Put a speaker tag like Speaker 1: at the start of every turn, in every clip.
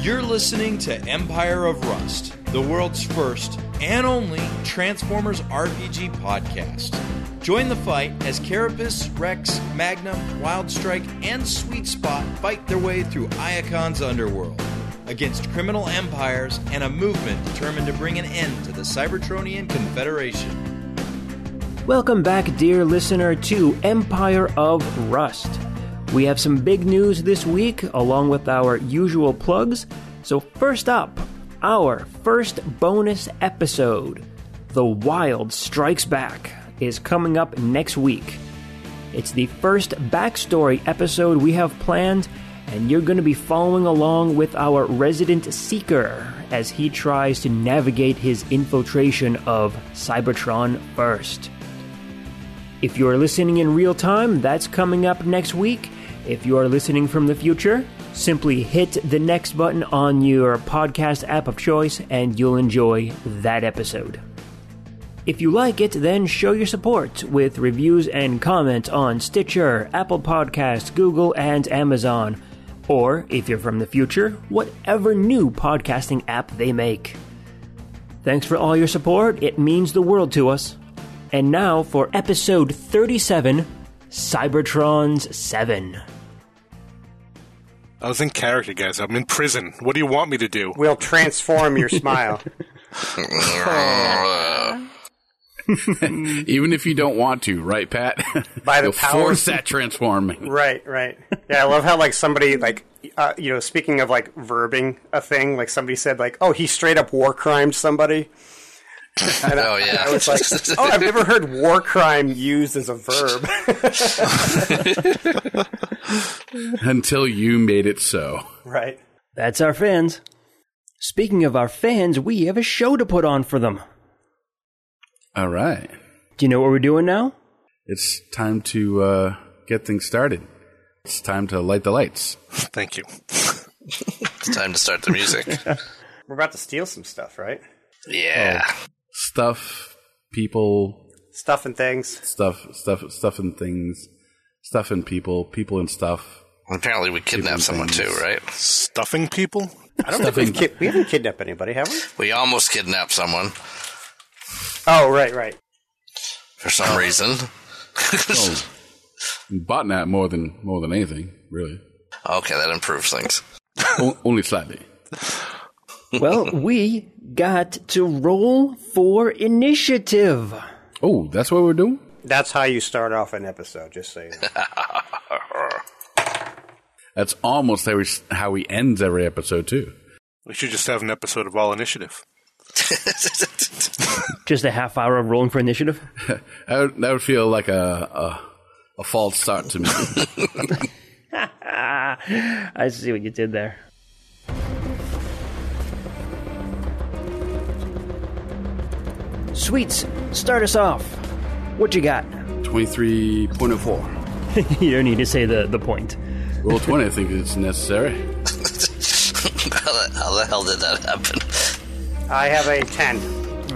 Speaker 1: You're listening to Empire of Rust, the world's first and only Transformers RPG podcast. Join the fight as Carapace, Rex, Magnum, Wildstrike, and Sweet Spot fight their way through Iacon's underworld against criminal empires and a movement determined to bring an end to the Cybertronian Confederation.
Speaker 2: Welcome back, dear listener, to Empire of Rust. We have some big news this week, along with our usual plugs. So, first up, our first bonus episode, The Wild Strikes Back, is coming up next week. It's the first backstory episode we have planned, and you're going to be following along with our resident Seeker as he tries to navigate his infiltration of Cybertron first. If you are listening in real time, that's coming up next week. If you are listening from the future, simply hit the next button on your podcast app of choice and you'll enjoy that episode. If you like it, then show your support with reviews and comments on Stitcher, Apple Podcasts, Google, and Amazon. Or, if you're from the future, whatever new podcasting app they make. Thanks for all your support, it means the world to us. And now for episode 37 Cybertron's 7.
Speaker 3: I was in character, guys. I'm in prison. What do you want me to do?
Speaker 4: will transform your smile.
Speaker 5: Even if you don't want to, right, Pat?
Speaker 4: By the
Speaker 5: You'll
Speaker 4: power-
Speaker 5: force that transforming.
Speaker 4: right, right. Yeah, I love how like somebody like uh, you know speaking of like verbing a thing, like somebody said like, "Oh, he straight up war crimed somebody." And I-
Speaker 6: Oh, yeah.
Speaker 4: I was like, "Oh, I've never heard war crime used as a verb."
Speaker 5: Until you made it so.
Speaker 4: right.
Speaker 2: That's our fans. Speaking of our fans, we have a show to put on for them.
Speaker 5: All right.
Speaker 2: Do you know what we're doing now?
Speaker 5: It's time to uh, get things started. It's time to light the lights.
Speaker 3: Thank you.
Speaker 6: It's time to start the music.
Speaker 4: We're about to steal some stuff, right?
Speaker 6: Yeah.
Speaker 5: Stuff, people,
Speaker 4: Stuff and things.
Speaker 5: stuff, stuff, stuff and things, stuff and people, people and stuff.
Speaker 6: Apparently, we kidnapped someone too, right?
Speaker 3: Stuffing people?
Speaker 4: I don't think we've kid- we haven't kidnapped anybody, have we?
Speaker 6: We almost kidnapped someone
Speaker 4: Oh, right, right.
Speaker 6: for some reason.
Speaker 5: Oh, botnet more than more than anything, really.
Speaker 6: okay, that improves things.
Speaker 5: o- only slightly.
Speaker 2: well, we got to roll for initiative.
Speaker 5: Oh, that's what we're doing.
Speaker 4: That's how you start off an episode. Just so you know.
Speaker 5: That's almost every, how he ends every episode too.
Speaker 3: We should just have an episode of All Initiative.
Speaker 2: Just a half hour of rolling for initiative?
Speaker 5: That would, that would feel like a, a a false start to me.
Speaker 2: Ah, I see what you did there. Sweets, start us off. What you got?
Speaker 5: Twenty three point oh four.
Speaker 2: you don't need to say the, the point.
Speaker 5: Roll twenty. I think it's necessary.
Speaker 6: how, the, how the hell did that happen?
Speaker 4: I have a ten.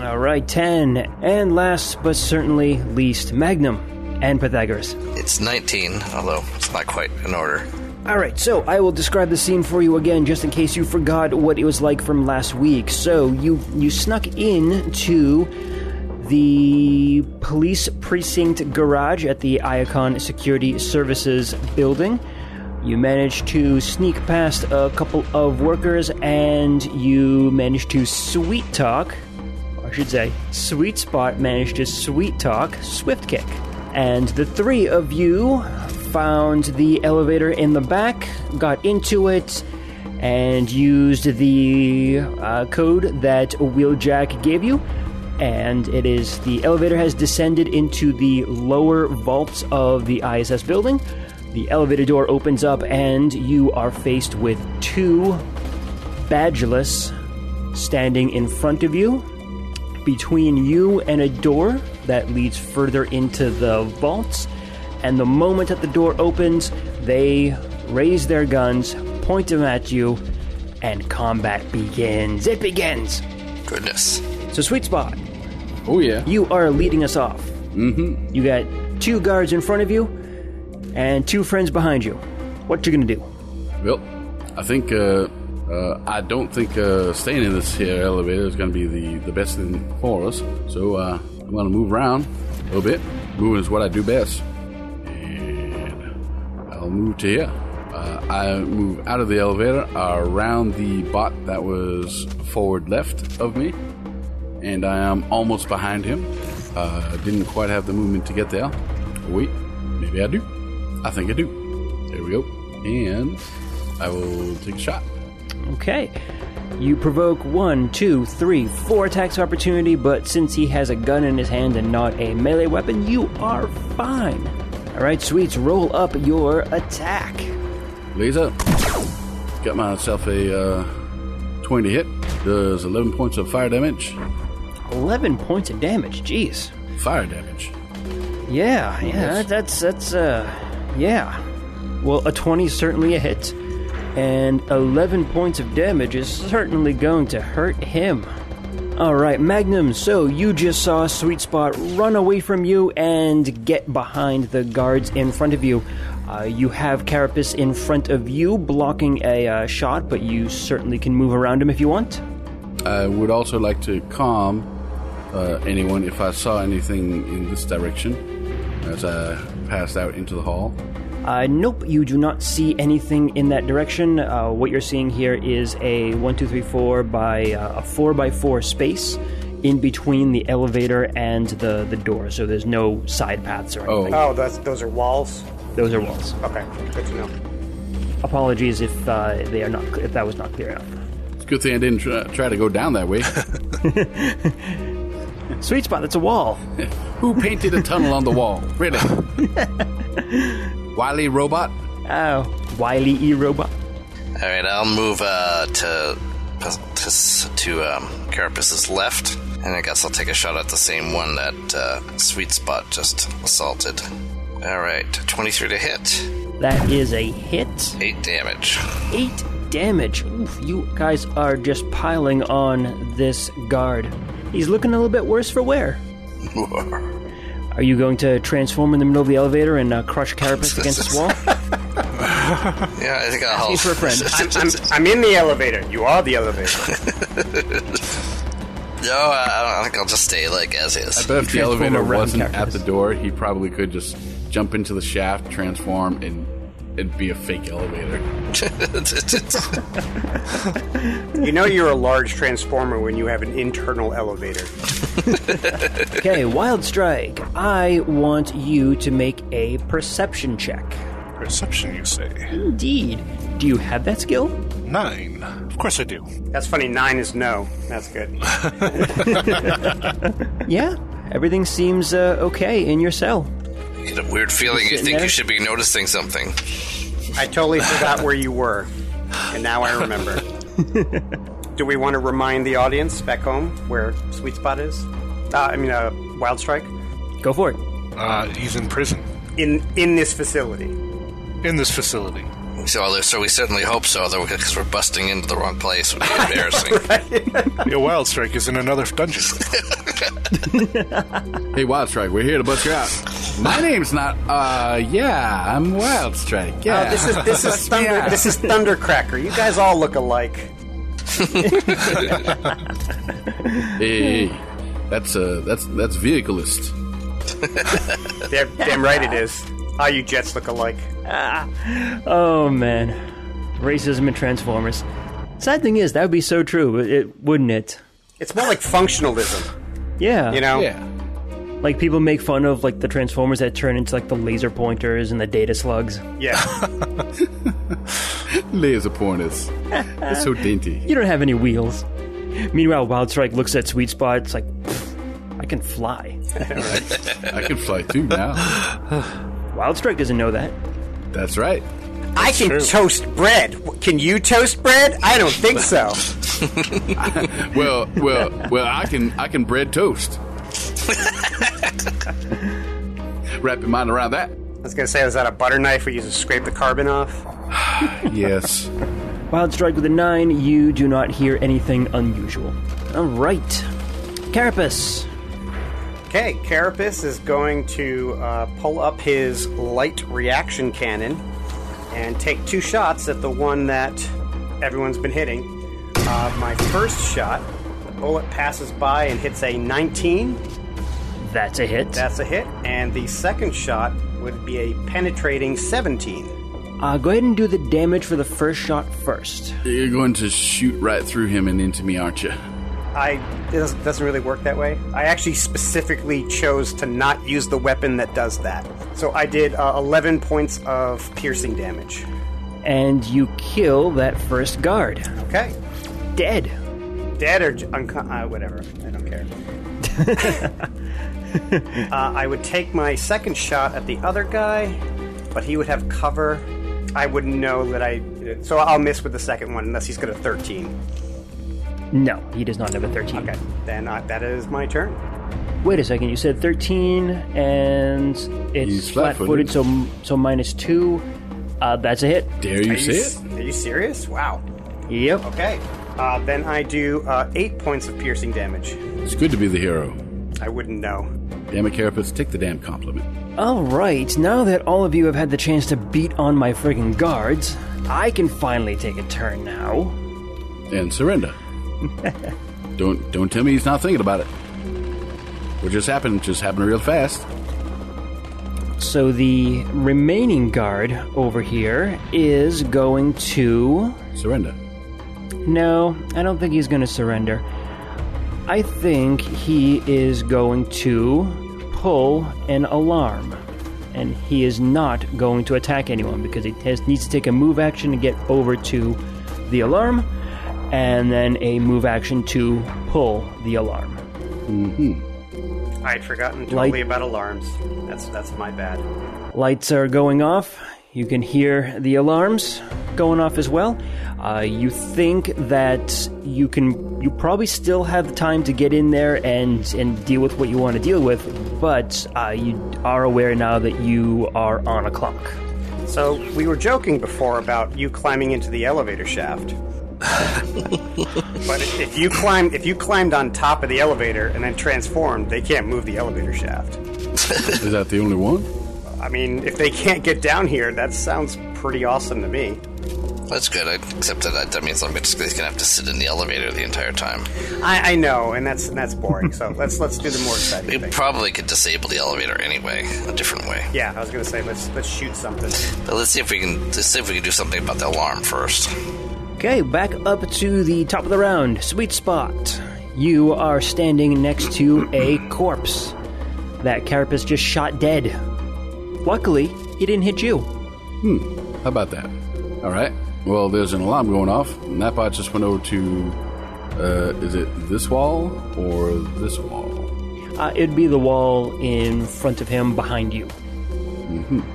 Speaker 2: All right, 10. And last but certainly least, Magnum and Pythagoras.
Speaker 6: It's 19, although it's not quite in order.
Speaker 2: All right, so I will describe the scene for you again, just in case you forgot what it was like from last week. So you you snuck in to the police precinct garage at the Iacon Security Services building. You managed to sneak past a couple of workers, and you managed to sweet talk. or I should say, Sweet Spot managed to sweet talk Swift Kick. And the three of you found the elevator in the back, got into it, and used the uh, code that Wheeljack gave you. And it is the elevator has descended into the lower vaults of the ISS building. The elevator door opens up, and you are faced with two badgeless standing in front of you between you and a door that leads further into the vaults. And the moment that the door opens, they raise their guns, point them at you, and combat begins. It begins.
Speaker 6: Goodness.
Speaker 2: So, sweet spot,
Speaker 5: Oh yeah.
Speaker 2: you are leading us off. Mm-hmm. You got two guards in front of you and two friends behind you. What you gonna do?
Speaker 5: Well, I think uh, Uh, I don't think uh, staying in this here elevator is going to be the, the best thing for us. So uh, I'm going to move around a little bit. Moving is what I do best. And I'll move to here. Uh, I move out of the elevator, around the bot that was forward left of me, and I am almost behind him. Uh, didn't quite have the movement to get there. Wait, maybe I do. I think I do. There we go. And I will take a shot.
Speaker 2: Okay. You provoke one, two, three, four attacks of opportunity, but since he has a gun in his hand and not a melee weapon, you are fine. All right, sweets, roll up your attack.
Speaker 5: Laser. Got myself a uh, 20 hit. Does 11 points of fire damage.
Speaker 2: 11 points of damage, jeez.
Speaker 5: Fire damage.
Speaker 2: Yeah, yeah,
Speaker 5: Yes.
Speaker 2: that's, that's, uh, yeah. Well, a 20 is certainly a hit, and 11 points of damage is certainly going to hurt him. All right, Magnum, so you just saw Sweet Spot run away from you and get behind the guards in front of you. Uh, you have Carapace in front of you, blocking a uh, shot, but you certainly can move around him if you want.
Speaker 5: I would also like to calm uh, anyone if I saw anything in this direction as I passed out into the hall.
Speaker 2: Uh, nope, you do not see anything in that direction. Uh, what you're seeing here is a 1, 2, 3, 4 by uh, a 4 by 4 space in between the elevator and the, the door, so there's no side paths or anything.
Speaker 5: Oh,
Speaker 4: Oh, that's, those are walls?
Speaker 2: Those are walls.
Speaker 4: Okay, good to know.
Speaker 2: Apologies if uh, they are not cl- if that was not clear enough.
Speaker 5: it's a good thing I didn't try, try to go down that way.
Speaker 2: Sweet spot, that's a wall.
Speaker 5: Who painted a tunnel on the wall? Really? Wiley robot?
Speaker 2: Oh, Wily E robot.
Speaker 6: All right, I'll move uh, to to s- to um, Carapace's left, and I guess I'll take a shot at the same one that uh, Sweet Spot just assaulted. All right, twenty-three to hit,
Speaker 2: That is a hit.
Speaker 6: eight damage.
Speaker 2: 8 damage. Oof, you guys are just piling on this guard. He's looking a little bit worse for wear. Are you going to transform in the middle of the elevator and uh, crush Carapace against this wall?
Speaker 6: Yeah, I think I'll help.
Speaker 2: for a friend.
Speaker 4: I'm, I'm, I'm in the elevator. You are the elevator.
Speaker 6: no, I, I think I'll just stay like as
Speaker 5: I
Speaker 6: is.
Speaker 5: bet if the
Speaker 2: transform
Speaker 5: elevator
Speaker 2: around
Speaker 5: wasn't
Speaker 2: characters.
Speaker 5: at the door, he probably could just jump into the shaft, transform, and it'd be a fake elevator.
Speaker 4: you know you're a large transformer when you have an internal elevator.
Speaker 2: Okay, Wild Strike. I want you to make a perception check.
Speaker 3: Perception, you say?
Speaker 2: Indeed. Do you have that skill?
Speaker 3: Nine. Of course I do.
Speaker 4: That's funny. Nine is no. That's good.
Speaker 2: Yeah. Everything seems uh, okay in your cell.
Speaker 6: You get a weird feeling. You
Speaker 2: Sitting
Speaker 6: think
Speaker 2: there.
Speaker 6: you should be noticing something.
Speaker 4: I totally forgot where you were, and now I remember. Do we want to remind the audience back home where Sweet Spot is? Uh, I mean, uh, Wild Strike
Speaker 2: Go for it.
Speaker 3: Uh, he's in prison.
Speaker 4: in in this facility.
Speaker 3: In this facility.
Speaker 6: So, so we certainly hope so, though, because we're busting into the wrong place would be embarrassing.
Speaker 3: Your wild strike is in another dungeon.
Speaker 5: Hey, Wild Strike, we're here to bust you out. My name's not. Uh, yeah, I'm Wild Strike. Yeah,
Speaker 4: Oh, this is this is thunder.
Speaker 5: Yeah.
Speaker 4: This is Thundercracker. You guys all look alike.
Speaker 5: Hey, that's uh, that's that's vehicleist.
Speaker 4: Damn, damn right it is. All you Jets look alike.
Speaker 2: Oh man, racism and Transformers. Sad thing is, that would be so true, it wouldn't it?
Speaker 4: It's more like functionalism,
Speaker 2: Yeah.
Speaker 4: you know.
Speaker 5: Yeah,
Speaker 2: Like people make fun of like the Transformers that turn into like the laser pointers and the data slugs.
Speaker 4: Yeah.
Speaker 5: laser pointers. It's so dainty.
Speaker 2: You don't have any wheels. Meanwhile, Wild Strike looks at Sweet Spot. It's like, "Pfft, I can fly.
Speaker 5: I can fly too now.
Speaker 2: Wild Strike doesn't know that.
Speaker 5: That's right.
Speaker 4: I can toast bread. Can you toast bread? I don't think so.
Speaker 5: Well, well, well. I can I can bread toast. Wrap your mind around that.
Speaker 4: I was gonna say, is that a butter knife we use to scrape the carbon off?
Speaker 5: Yes.
Speaker 2: Wild Strike with a nine. You do not hear anything unusual. All right, Carapace.
Speaker 4: Okay, Carapace is going to uh, pull up his light reaction cannon and take two shots at the one that everyone's been hitting. Uh, my first shot, the bullet passes by and hits a 19.
Speaker 2: That's a hit.
Speaker 4: That's a hit. And the second shot would be a penetrating 17.
Speaker 2: Uh, go ahead and do the damage for the first shot first.
Speaker 5: You're going to shoot right through him and into me, aren't you?
Speaker 4: I it doesn't, doesn't really work that way. I actually specifically chose to not use the weapon that does that. So I did uh, 11 points of piercing damage.
Speaker 2: And you kill that first guard.
Speaker 4: Okay.
Speaker 2: Dead.
Speaker 4: Dead or j- unco- uh, whatever. I don't care. uh, I would take my second shot at the other guy, but he would have cover. I wouldn't know that I. So I'll miss with the second one unless he's got a 13.
Speaker 2: No, he does not have a 13.
Speaker 4: Okay. Then I, that is my turn.
Speaker 2: Wait a second. You said 13, and it's
Speaker 5: He's
Speaker 2: flat-footed,
Speaker 5: flat-footed.
Speaker 2: so so minus two. Uh, that's a hit.
Speaker 5: Dare you
Speaker 4: Are
Speaker 5: say
Speaker 4: s-
Speaker 5: it?
Speaker 4: Are you serious? Wow.
Speaker 2: Yep.
Speaker 4: Okay. Uh, then I do uh, eight points of piercing damage.
Speaker 5: It's good to be the hero.
Speaker 4: I wouldn't know.
Speaker 5: Damn it, Carapace, take the damn compliment.
Speaker 2: All right. Now that all of you have had the chance to beat on my friggin' guards, I can finally take a turn now.
Speaker 5: And surrender. don't don't tell me he's not thinking about it. What just happened just happened real fast.
Speaker 2: So the remaining guard over here is going to.
Speaker 5: Surrender.
Speaker 2: No, I don't think he's going to surrender. I think he is going to pull an alarm. And he is not going to attack anyone because he has, needs to take a move action to get over to the alarm and then a move action to pull the alarm.
Speaker 4: I had forgotten totally
Speaker 2: Light-
Speaker 4: about alarms. That's that's my bad.
Speaker 2: Lights are going off. You can hear the alarms going off as well. Uh, you think that you can, you probably still have time to get in there and and deal with what you want to deal with, but uh, you are aware now that you are on a clock.
Speaker 4: So we were joking before about you climbing into the elevator shaft. but if you climb, if you climbed on top of the elevator and then transformed, they can't move the elevator shaft.
Speaker 5: Is that the only one?
Speaker 4: I mean, if they can't get down here, that sounds pretty awesome to me.
Speaker 6: That's good. I accept that. That means I'm just going to have to sit in the elevator the entire time.
Speaker 4: I, I know, and that's and that's boring. So let's let's do the more
Speaker 6: We
Speaker 4: exciting thing.
Speaker 6: probably could disable the elevator anyway, a different way.
Speaker 4: Yeah, I was gonna say let's let's shoot something.
Speaker 6: But let's see if we can. Let's see if we can do something about the alarm first.
Speaker 2: Okay, back up to the top of the round. Sweet spot. You are standing next to a corpse that Carapace just shot dead. Luckily, he didn't hit you.
Speaker 5: How about that? All right. Well, there's an alarm going off, and that bot just went over to. Uh, is it this wall or this wall?
Speaker 2: Uh, it'd be the wall in front of him, behind you,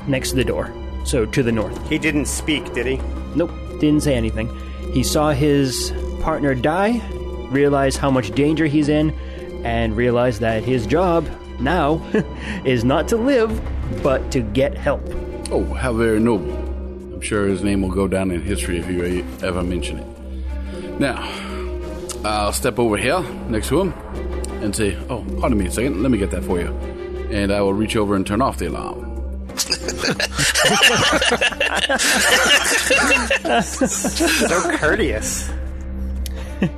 Speaker 2: next to the door. So to the north.
Speaker 4: He didn't speak, did he?
Speaker 2: Nope, didn't say anything. He saw his partner die, realized how much danger he's in, and realized that his job now is not to live, but to get help.
Speaker 5: Oh, how very noble. I'm sure his name will go down in history if you e- ever mention it. Now, I'll step over here next to him and say, Oh, pardon me a second. Let me get that for you. And I will reach over and turn off the alarm.
Speaker 4: So courteous.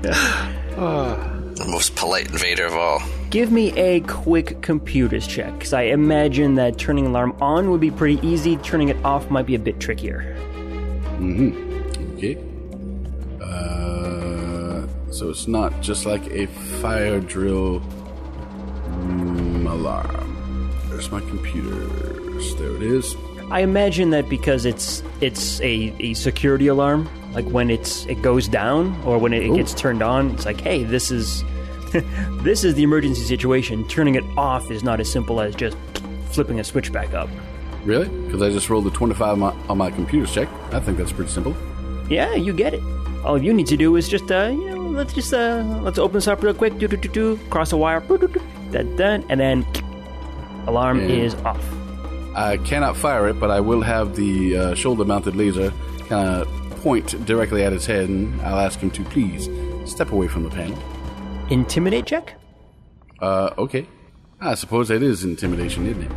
Speaker 6: The most polite invader of all.
Speaker 2: Give me a quick computers check, because I imagine that turning alarm on would be pretty easy. Turning it off might be a bit trickier.
Speaker 5: Okay. Uh, so it's not just like a fire drill mm, alarm. There's my computers. There it is.
Speaker 2: I imagine that because it's it's a, a security alarm, like when it's it goes down or when it, it gets turned on, it's like, hey, this is this is the emergency situation. Turning it off is not as simple as just flipping a switch back up.
Speaker 5: Really? Because I just rolled a 25 on my, on my computer's check. I think that's pretty simple.
Speaker 2: Yeah, you get it. All you need to do is just uh, you know, let's just uh, let's open this up real quick. Do do do do. Cross a wire. Do do do. That that, and then alarm
Speaker 5: Yeah.
Speaker 2: is off.
Speaker 5: I cannot fire it, but I will have the uh, shoulder mounted laser kind of point directly at his head, and I'll ask him to please step away from the panel.
Speaker 2: Intimidate check.
Speaker 5: Uh, okay. I suppose that is intimidation, isn't it?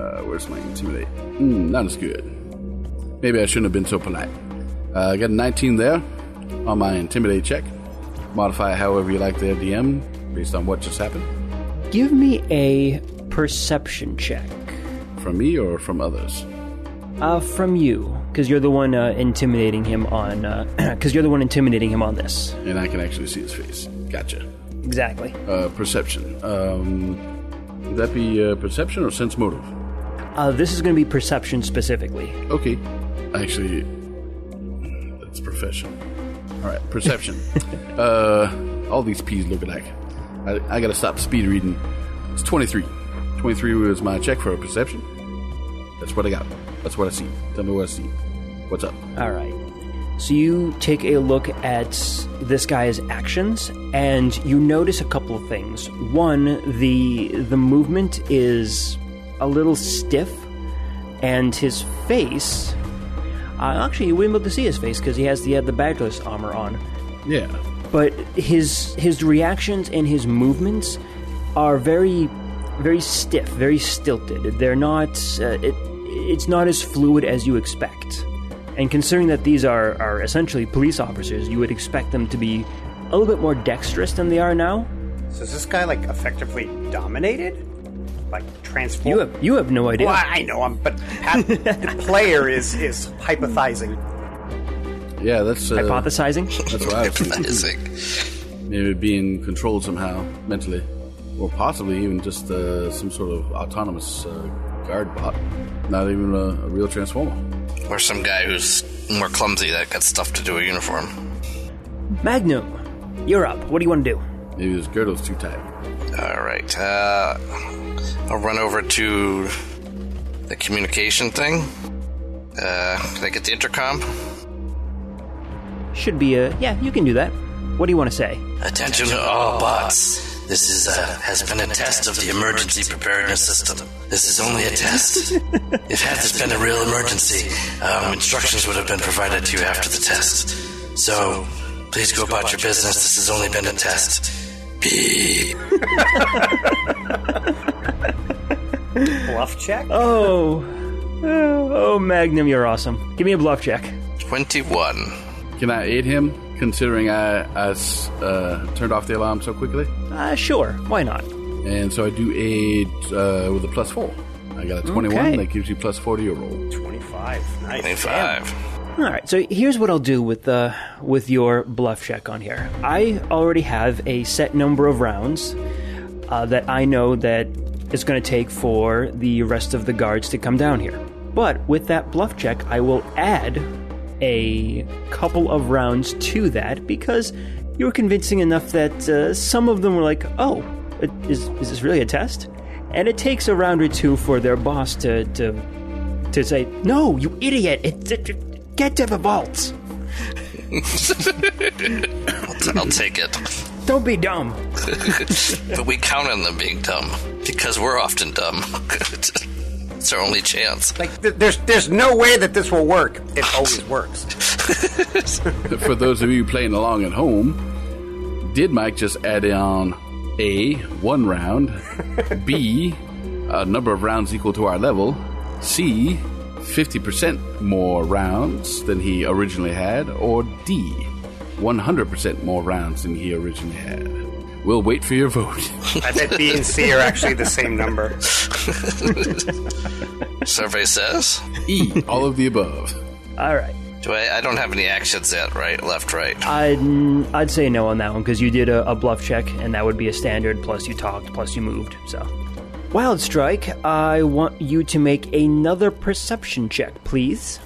Speaker 5: Uh, where's my intimidate? Hmm, Mm, not as good. Maybe I shouldn't have been so polite. Uh, I got a 19 there. on my intimidate check. Modify however you like their DM based on what just happened.
Speaker 2: Give me a perception check
Speaker 5: From me or from others?
Speaker 2: uh, from you, because you're the one uh, intimidating him on. Because you're the one intimidating him on this.
Speaker 5: And I can actually see his face. Gotcha.
Speaker 2: Exactly.
Speaker 5: Uh, perception. Um, would that be uh, perception or sense motive?
Speaker 2: Uh, this is going to be perception specifically.
Speaker 5: Okay. Actually, mm, that's profession. All right, perception. uh, all these P's look alike. I, I gotta stop speed reading. It's 23. 23 was my check for perception. That's what I got. That's what I see. Tell me what I see. What's up?
Speaker 2: All right. So you take a look at this guy's actions, and you notice a couple of things. One, the the movement is a little stiff, and his face. Uh, actually, you wouldn't be able to see his face because he has the uh, the bagless armor on.
Speaker 5: Yeah.
Speaker 2: But his his reactions and his movements are very very stiff, very stilted. They're not. Uh, it, it's not as fluid as you expect. And considering that these are, are essentially police officers, you would expect them to be a little bit more dexterous than they are now.
Speaker 4: So is this guy like effectively dominated? Like transformed?
Speaker 2: You have you have no idea.
Speaker 4: Well, I know him, but Pat, the player is is hypothesizing.
Speaker 5: Yeah, that's. Uh,
Speaker 2: Hypothesizing.
Speaker 5: That's what I've seen.
Speaker 6: Amazing.
Speaker 5: Maybe being controlled somehow, mentally. Or possibly even just uh, some sort of autonomous uh, guard bot. Not even a, a real transformer.
Speaker 6: Or some guy who's more clumsy that got stuffed into a uniform.
Speaker 2: Magnum, you're up. What do you want to do?
Speaker 5: Maybe his girdle's too tight.
Speaker 6: All right. Uh, I'll run over to the communication thing. Uh, can I get the intercom?
Speaker 2: Should be a yeah. You can do that. What do you want to say?
Speaker 6: Attention to all bots. This is uh, has been a test of the emergency preparedness system. This is only a test. if had this been a real emergency, um, instructions would have been provided to you after the test. So, please go about your business. This has only been a test. Beep.
Speaker 4: Bluff check?
Speaker 2: Oh, oh, Magnum, you're awesome. Give me a bluff check.
Speaker 6: Twenty-one.
Speaker 5: Can I aid him, considering I, I s- uh, turned off the alarm so quickly?
Speaker 2: Uh, sure. Why not?
Speaker 5: And so I do aid uh, with a plus four. I got a 21,
Speaker 2: Okay.
Speaker 5: that gives you plus four to your roll.
Speaker 4: 25. Nice.
Speaker 6: Twenty-five.
Speaker 2: All right. So here's what I'll do with uh, with your bluff check on here. I already have a set number of rounds uh, that I know that it's going to take for the rest of the guards to come down here. But with that bluff check, I will add a couple of rounds to that because you were convincing enough that uh, some of them were like, "Oh, it- is is this really a test?" And it takes a round or two for their boss to to to say, "No, you idiot! It, it- it- get to the vault.
Speaker 6: I'll take it.
Speaker 2: Don't be dumb."
Speaker 6: But we count on them being dumb because we're often dumb. it's our only chance.
Speaker 4: Like, th- there's there's no way that this will work. It always works.
Speaker 5: For those of you playing along at home, did Mike just add on A, one round, B, a number of rounds equal to our level, C, 50% more rounds than he originally had, or D, 100% more rounds than he originally had? We'll wait for your vote.
Speaker 4: I bet B and C are actually the same number.
Speaker 6: Survey says.
Speaker 5: E, all of the above.
Speaker 2: All right,
Speaker 6: Do I? I don't have any actions yet. Right, left, right.
Speaker 2: I'd I'd say no on that one because you did a, a bluff check, and that would be a standard. Plus, you talked. Plus, you moved. So, Wild Strike, I want you to make another perception check, please.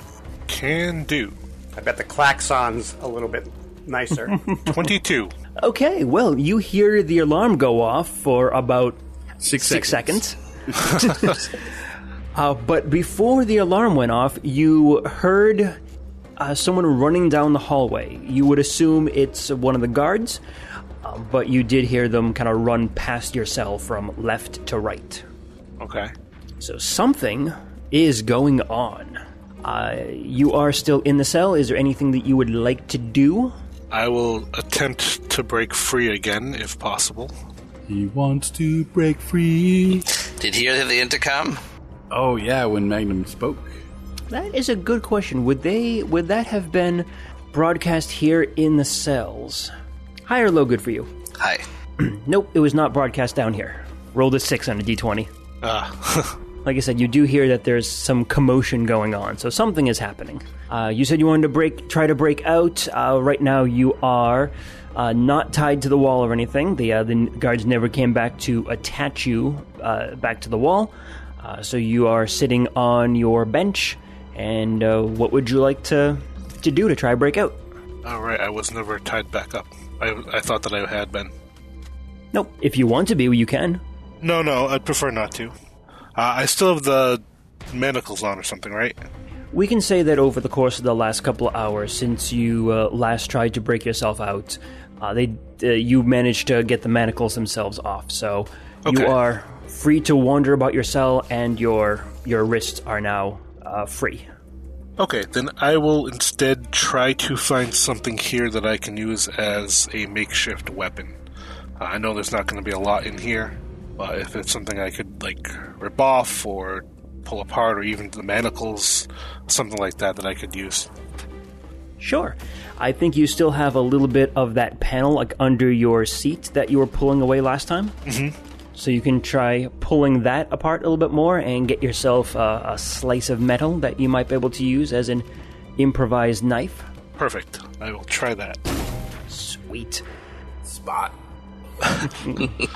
Speaker 3: Can do.
Speaker 4: I bet the klaxon's a little bit nicer.
Speaker 3: 22.
Speaker 2: Okay, well, you hear the alarm go off for about
Speaker 5: Six,
Speaker 2: six seconds. uh, but before the alarm went off, you heard uh, someone running down the hallway. You would assume it's one of the guards, uh, but you did hear them kind of run past your cell from left to right.
Speaker 3: Okay.
Speaker 2: So something is going on. Uh, you are still in the cell. Is there anything that you would like to do?
Speaker 3: I will attempt to break free again if possible.
Speaker 5: He wants to break free.
Speaker 6: Did he hear the intercom?
Speaker 5: Oh, yeah, when Magnum spoke.
Speaker 2: That is a good question. Would they? Would that have been broadcast here in the cells. High or low, good for you.
Speaker 6: Hi.
Speaker 2: Nope, it was not broadcast down here. Rolled a six on a d20.
Speaker 3: Ah,
Speaker 2: Like I said, you do hear that there's some commotion going on, so something is happening. Uh, you said you wanted to break, try to break out. Uh, right now, you are uh, not tied to the wall or anything. The uh, the n- guards never came back to attach you uh, back to the wall, uh, so you are sitting on your bench. And uh, what would you like to to do to try to break out?
Speaker 3: all right. I was never tied back up. I, I thought that I had been.
Speaker 2: Nope. If you want to be, you can.
Speaker 3: No, no. I'd prefer not to. Uh, I still have the manacles on or something, right?
Speaker 2: We can say that over the course of the last couple of hours, since you uh, last tried to break yourself out, uh, they uh, you managed to get the manacles themselves off. So
Speaker 3: Okay.
Speaker 2: you are free to wander about your cell, and your your wrists are now uh, free.
Speaker 3: Okay, then I will instead try to find something here that I can use as a makeshift weapon. Uh, I know there's not going to be a lot in here, but if it's something I could like rip off or pull apart, or even the manacles, something like that that I could use.
Speaker 2: Sure. I think you still have a little bit of that panel like under your seat that you were pulling away last time. Mm-hmm. So you can try pulling that apart a little bit more and get yourself uh, a slice of metal that you might be able to use as an improvised knife.
Speaker 3: Perfect. I will try that.
Speaker 2: Sweet.
Speaker 5: Spot.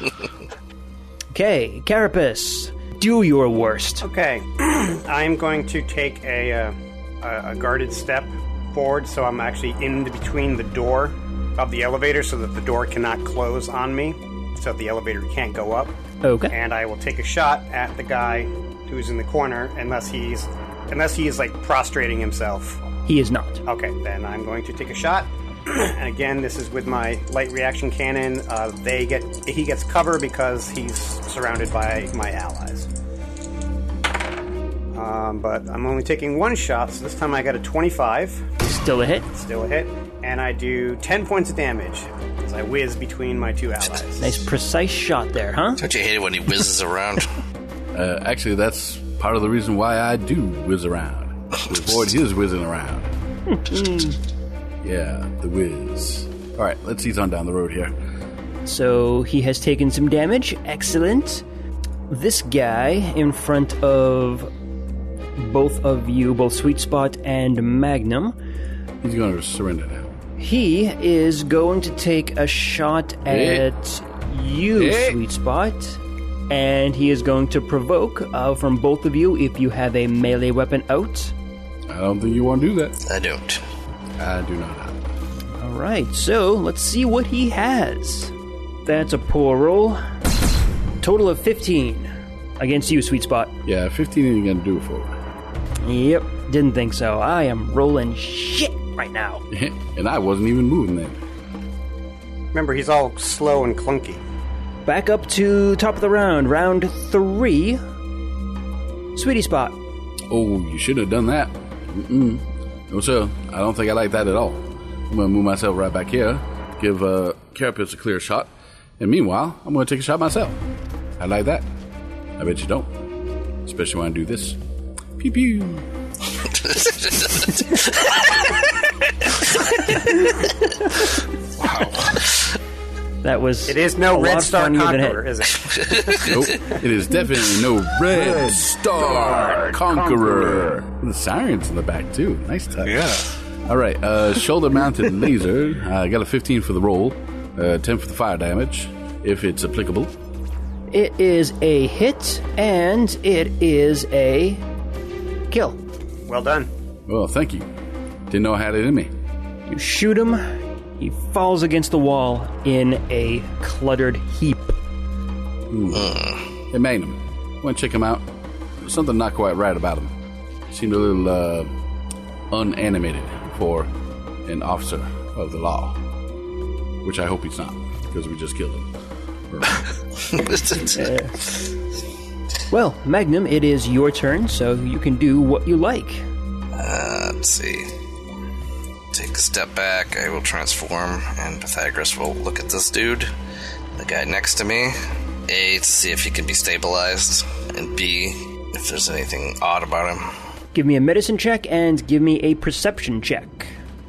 Speaker 2: Okay, Carapace, do your worst.
Speaker 4: Okay, I'm going to take a, uh, a a guarded step forward, so I'm actually in between the door of the elevator, so that the door cannot close on me, so the elevator can't go up.
Speaker 2: Okay.
Speaker 4: And I will take a shot at the guy who's in the corner, unless he's unless he is like prostrating himself.
Speaker 2: He is not.
Speaker 4: Okay, then I'm going to take a shot. and again, this is with my light reaction cannon. Uh, they get he gets cover because he's surrounded by my allies. Um, but I'm only taking one shot, so this time I got a 25,
Speaker 2: Still a hit.
Speaker 4: still a hit, and I do 10 points of damage as I whiz between my two allies.
Speaker 2: Nice precise shot there, huh?
Speaker 6: Don't you hate it when he whizzes around?
Speaker 5: Uh, actually, that's part of the reason why I do whiz around. To avoid his whizzing around. yeah, the whiz. All right, let's ease on down the road here.
Speaker 2: So he has taken some damage. Excellent. This guy in front of both of you, both Sweet Spot and Magnum,
Speaker 5: He's going to surrender now.
Speaker 2: he is going to take a shot
Speaker 5: Eh.
Speaker 2: at you,
Speaker 5: Eh.
Speaker 2: Sweet Spot. And he is going to provoke uh, from both of you if you have a melee weapon out.
Speaker 5: I don't think you want to do that.
Speaker 6: I don't.
Speaker 5: I do not. have it.
Speaker 2: All right, so let's see what he has. That's a poor roll. Total of 15 against you, Sweet Spot.
Speaker 5: Yeah, 15 ain't going to do it for
Speaker 2: Yep, didn't think so. I am rolling shit right now.
Speaker 5: me. and I wasn't even moving then.
Speaker 4: Remember, he's all slow and clunky.
Speaker 2: Back up to top of the round, round three. Sweetie Spot.
Speaker 5: Oh, you shouldn't have done that. Mm-mm. No, sir. I don't think I like that at all. I'm going to move myself right back here, give uh, Carapace a clear shot, and meanwhile, I'm going to take a shot myself. I like that. I bet you don't. Especially when I do this. Pew pew.
Speaker 2: That was
Speaker 4: It is no
Speaker 2: a
Speaker 4: Red
Speaker 2: lot
Speaker 4: Star
Speaker 2: funnier than
Speaker 4: Conqueror,
Speaker 2: it-
Speaker 4: is it?
Speaker 5: Nope. it is definitely no Red Star Conqueror. The sirens in the back, too. Nice touch.
Speaker 3: Yeah.
Speaker 5: All right, uh, shoulder mounted laser. I got a 15 for the roll, uh, 10 for the fire damage, if it's applicable.
Speaker 2: It is a hit, and it is a kill.
Speaker 4: Well done.
Speaker 5: Well, thank you. Didn't know I had it in me.
Speaker 2: You shoot him, he falls against the wall in a cluttered heap.
Speaker 5: Hey, Magnum, want to check him out? There's something not quite right about him. Seemed a little uh, unanimated for an officer of the law, which I hope he's not, because we just killed him.
Speaker 2: Well, Magnum, it is your turn, so you can do what you like.
Speaker 6: Uh, let's see. Take a step back. I will transform, and Pythagoras will look at this dude, the guy next to me. A, to see if he can be stabilized, and B, if there's anything odd about him.
Speaker 2: Give me a medicine check and give me a perception check.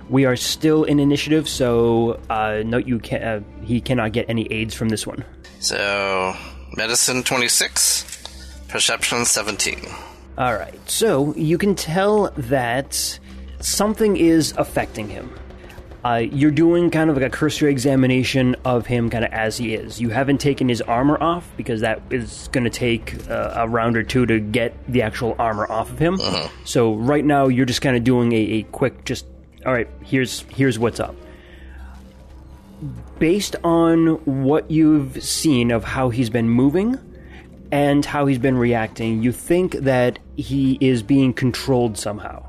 Speaker 2: We are still in initiative, so uh, no, you can. Uh, he cannot get any aids from this one.
Speaker 6: So, medicine 26, perception 17.
Speaker 2: All right. So you can tell that something is affecting him. Uh, you're doing kind of like a cursory examination of him, kind of as he is. You haven't taken his armor off because that is going to take uh, a round or two to get the actual armor off of him. So right now you're just kind of doing a, a quick, just all right. Here's here's what's up based on what you've seen of how he's been moving and how he's been reacting, you think that he is being controlled somehow.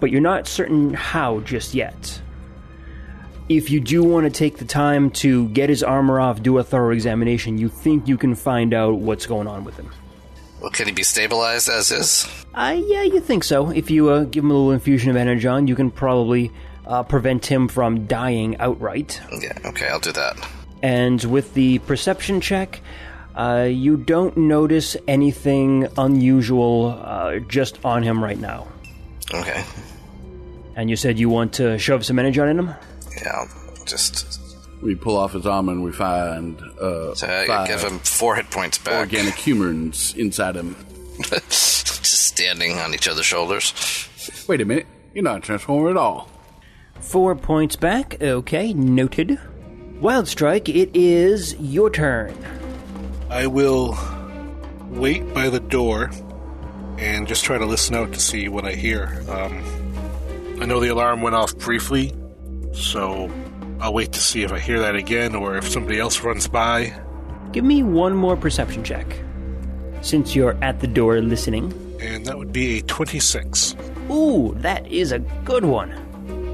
Speaker 2: But you're not certain how just yet. If you do want to take the time to get his armor off, do a thorough examination, you think you can find out what's going on with him.
Speaker 6: Well, can he be stabilized as is?
Speaker 2: Uh, yeah, you think so. If you uh, give him a little infusion of Energon, you can probably uh, prevent him from dying outright.
Speaker 6: Yeah, okay, I'll do that.
Speaker 2: And with the perception check, uh, you don't notice anything unusual uh, just on him right now.
Speaker 6: Okay.
Speaker 2: And you said you want to shove some energy on him?
Speaker 6: Yeah, I'll just.
Speaker 5: We pull off his arm and we find uh,
Speaker 6: So I
Speaker 5: five
Speaker 6: give him four hit points back.
Speaker 5: organic humans inside him.
Speaker 6: just standing on each other's shoulders.
Speaker 5: Wait a minute, you're not a transformer at all.
Speaker 2: Four points back. Okay, noted. Wild Strike, it is your turn.
Speaker 3: I will wait by the door and just try to listen out to see what I hear. Um, I know the alarm went off briefly, so I'll wait to see if I hear that again or if somebody else runs by.
Speaker 2: Give me one more perception check. Since you're at the door listening.
Speaker 3: And that would be a 26,
Speaker 2: Ooh, that is a good one.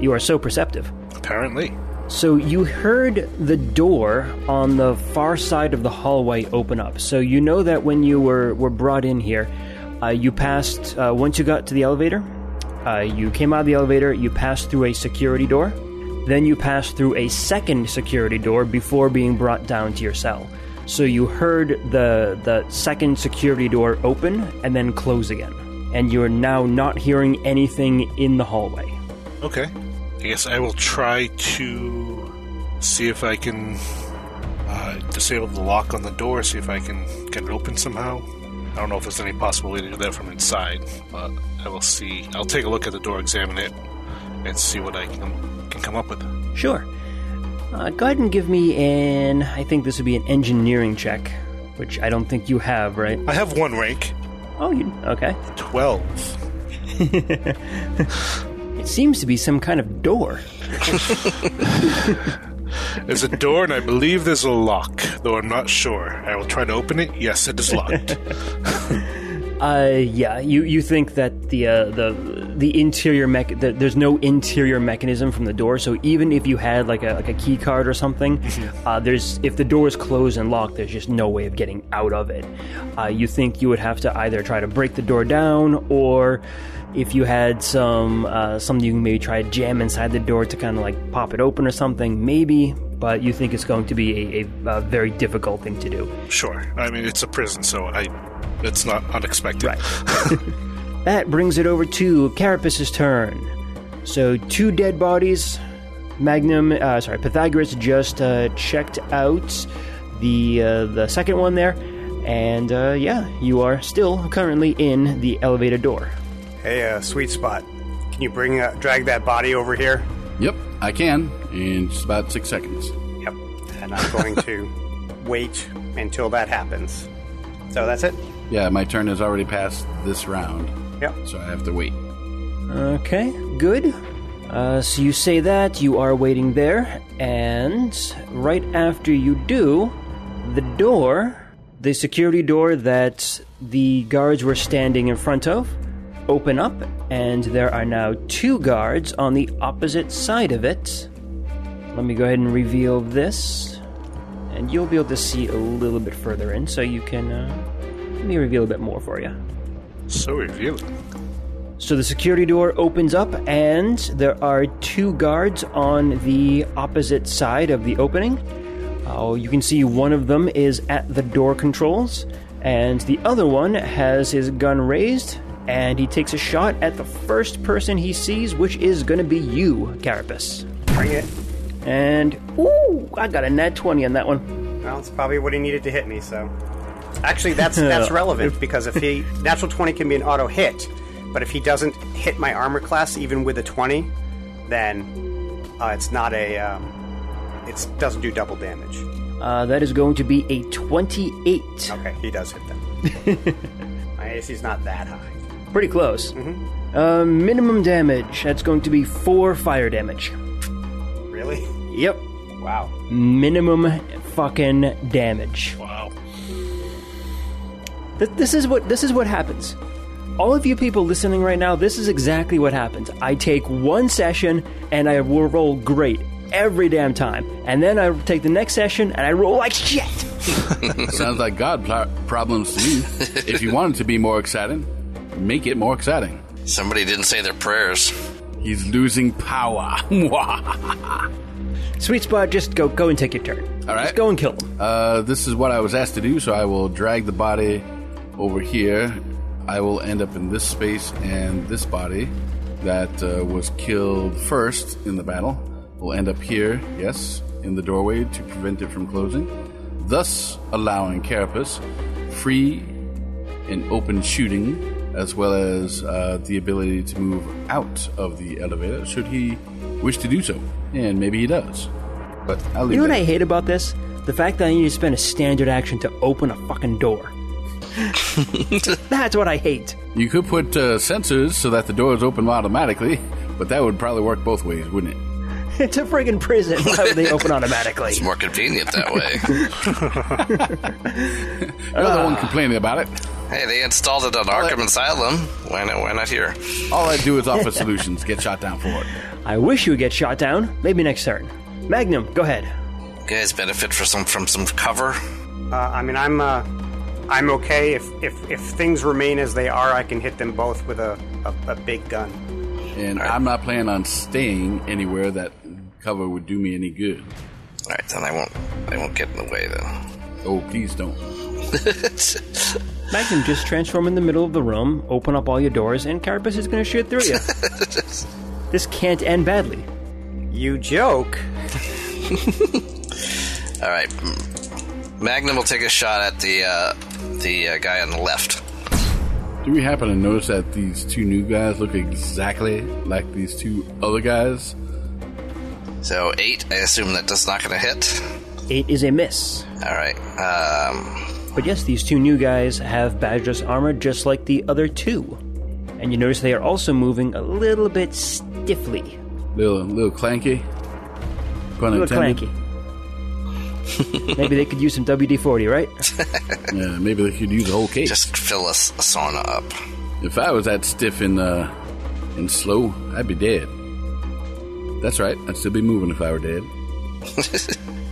Speaker 2: You are so perceptive.
Speaker 3: apparently.
Speaker 2: So you heard the door on the far side of the hallway open up. So you know that when you were, were brought in here, uh, you passed, uh, once you got to the elevator, uh, you came out of the elevator, you passed through a security door, then you passed through a second security door before being brought down to your cell. So you heard the, the second security door open and then close again. And you're now not hearing anything in the hallway.
Speaker 3: Okay. I guess I will try to see if I can uh, disable the lock on the door, see if I can get it open somehow. I don't know if there's any possible way to do that from inside, but I will see. I'll take a look at the door, examine it, and see what I can, can come up with.
Speaker 2: Sure. Uh, go ahead and give me an. I think this would be an engineering check, which I don't think you have, right?
Speaker 3: I have one rank
Speaker 2: Oh, you. Okay.
Speaker 3: 12.
Speaker 2: It seems to be some kind of door.
Speaker 3: There's a door, and I believe there's a lock, though I'm not sure. I will try to open it. Yes, it is locked.
Speaker 2: Uh, yeah. You you think that the uh, the the interior mech the, there's no interior mechanism from the door, so even if you had like a like a key card or something, uh, there's if the door is closed and locked, there's just no way of getting out of it. Uh, you think you would have to either try to break the door down, or if you had some uh, something you can maybe try to jam inside the door to kind of like pop it open or something, maybe. But you think it's going to be a, a, a very difficult thing to do.
Speaker 3: sure. I mean, it's a prison, so I. It's not unexpected.
Speaker 2: That brings it over to Carapace's turn. So two dead bodies. Magnum, uh, sorry, Pythagoras just uh, checked out the uh, the second one there, and uh, yeah, you are still currently in the elevator door.
Speaker 4: Hey, uh, sweet spot. Can you bring uh, drag that body over here?
Speaker 5: Yep, I can in just about six seconds.
Speaker 4: Yep. And I'm going to wait until that happens. So that's it.
Speaker 5: Yeah, my turn has already passed this round,
Speaker 4: Yep.
Speaker 5: so I have to wait.
Speaker 2: Okay, good. Uh, so you say that, you are waiting there, and right after you do, the door, the security door that the guards were standing in front of, open up, and there are now two guards on the opposite side of it. Let me go ahead and reveal this, and you'll be able to see a little bit further in, so you can. Uh, let me reveal a bit more for you.
Speaker 3: So revealing.
Speaker 2: So the security door opens up, and there are two guards on the opposite side of the opening. Oh, you can see one of them is at the door controls, and the other one has his gun raised and he takes a shot at the first person he sees, which is going to be you, Carapace.
Speaker 4: Bring it.
Speaker 2: And ooh, I got a nat twenty on that one.
Speaker 4: Well, it's probably what he needed to hit me. So, actually, that's that's relevant because if he natural twenty can be an auto hit, but if he doesn't hit my armor class even with a twenty, then uh, it's not a um, it doesn't do double damage.
Speaker 2: Uh, that is going to be a twenty-eight.
Speaker 4: Okay, he does hit them. my AC's not that high.
Speaker 2: Pretty close. Uh, minimum damage. That's going to be four fire damage.
Speaker 4: Really?
Speaker 2: Yep.
Speaker 4: Wow.
Speaker 2: Minimum fucking damage.
Speaker 3: Wow.
Speaker 2: Th- this is what this is what happens. All of you people listening right now, this is exactly what happens. I take one session and I will roll great every damn time, and then I take the next session and I roll like shit.
Speaker 5: Sounds like God pl- problems to me. if you want it to be more exciting, make it more exciting.
Speaker 6: Somebody didn't say their prayers.
Speaker 5: He's losing power. Mwah.
Speaker 2: Sweet spot, just go go and take your turn. All
Speaker 5: right.
Speaker 2: just go and kill them.
Speaker 5: uh, this is what I was asked to do, so I will drag the body over here. I will end up in this space, and this body that uh, was killed first in the battle will end up here, yes, in the doorway to prevent it from closing, thus allowing Carapace free and open shooting, as well as uh, the ability to move out of the elevator should he wish to do so. And maybe he does. But I'll leave
Speaker 2: You know what
Speaker 5: that.
Speaker 2: I hate about this? The fact that I need to spend a standard action to open a fucking door. That's what I hate.
Speaker 5: You could put uh, sensors so that the doors open automatically, but that would probably work both ways, wouldn't it?
Speaker 2: It's a friggin' prison. Why would they open automatically?
Speaker 6: It's more convenient that way.
Speaker 5: You're the one complaining about it.
Speaker 6: hey, they installed it on Arkham Asylum. Why not? Why not here?
Speaker 5: All I do is offer solutions. Get shot down for it.
Speaker 2: I wish you would get shot down. Maybe next turn. Magnum, go ahead.
Speaker 6: You guys benefit for some from some cover.
Speaker 4: Uh, I mean, I'm uh, I'm okay if, if if things remain as they are. I can hit them both with a, a, a big gun.
Speaker 5: And I'm not planning on staying anywhere that cover would do me any good.
Speaker 6: All right, then I won't. I won't get in the way then.
Speaker 5: Oh, please don't.
Speaker 2: Magnum, just transform in the middle of the room, open up all your doors, and Carapace is going to shoot through you. this can't end badly.
Speaker 4: You joke.
Speaker 6: All right, M- Magnum will take a shot at the uh, the uh, guy on the left.
Speaker 5: Do we happen to notice that these two new guys look exactly like these two other guys?
Speaker 6: So eight. I assume that that's not going to hit.
Speaker 2: Eight is a miss.
Speaker 6: All right. Um,
Speaker 2: But yes, these two new guys have Badger's armor just like the other two. And you notice they are also moving a little bit stiffly.
Speaker 5: Little, little clanky. Pun
Speaker 2: Look
Speaker 5: intended.
Speaker 2: clanky. Maybe they could use some WD 40, right?
Speaker 5: Yeah, maybe they could use a whole case.
Speaker 6: just fill a, s- a sauna up.
Speaker 5: If I was that stiff and uh, and slow, I'd be dead. That's right. I'd still be moving if I were dead.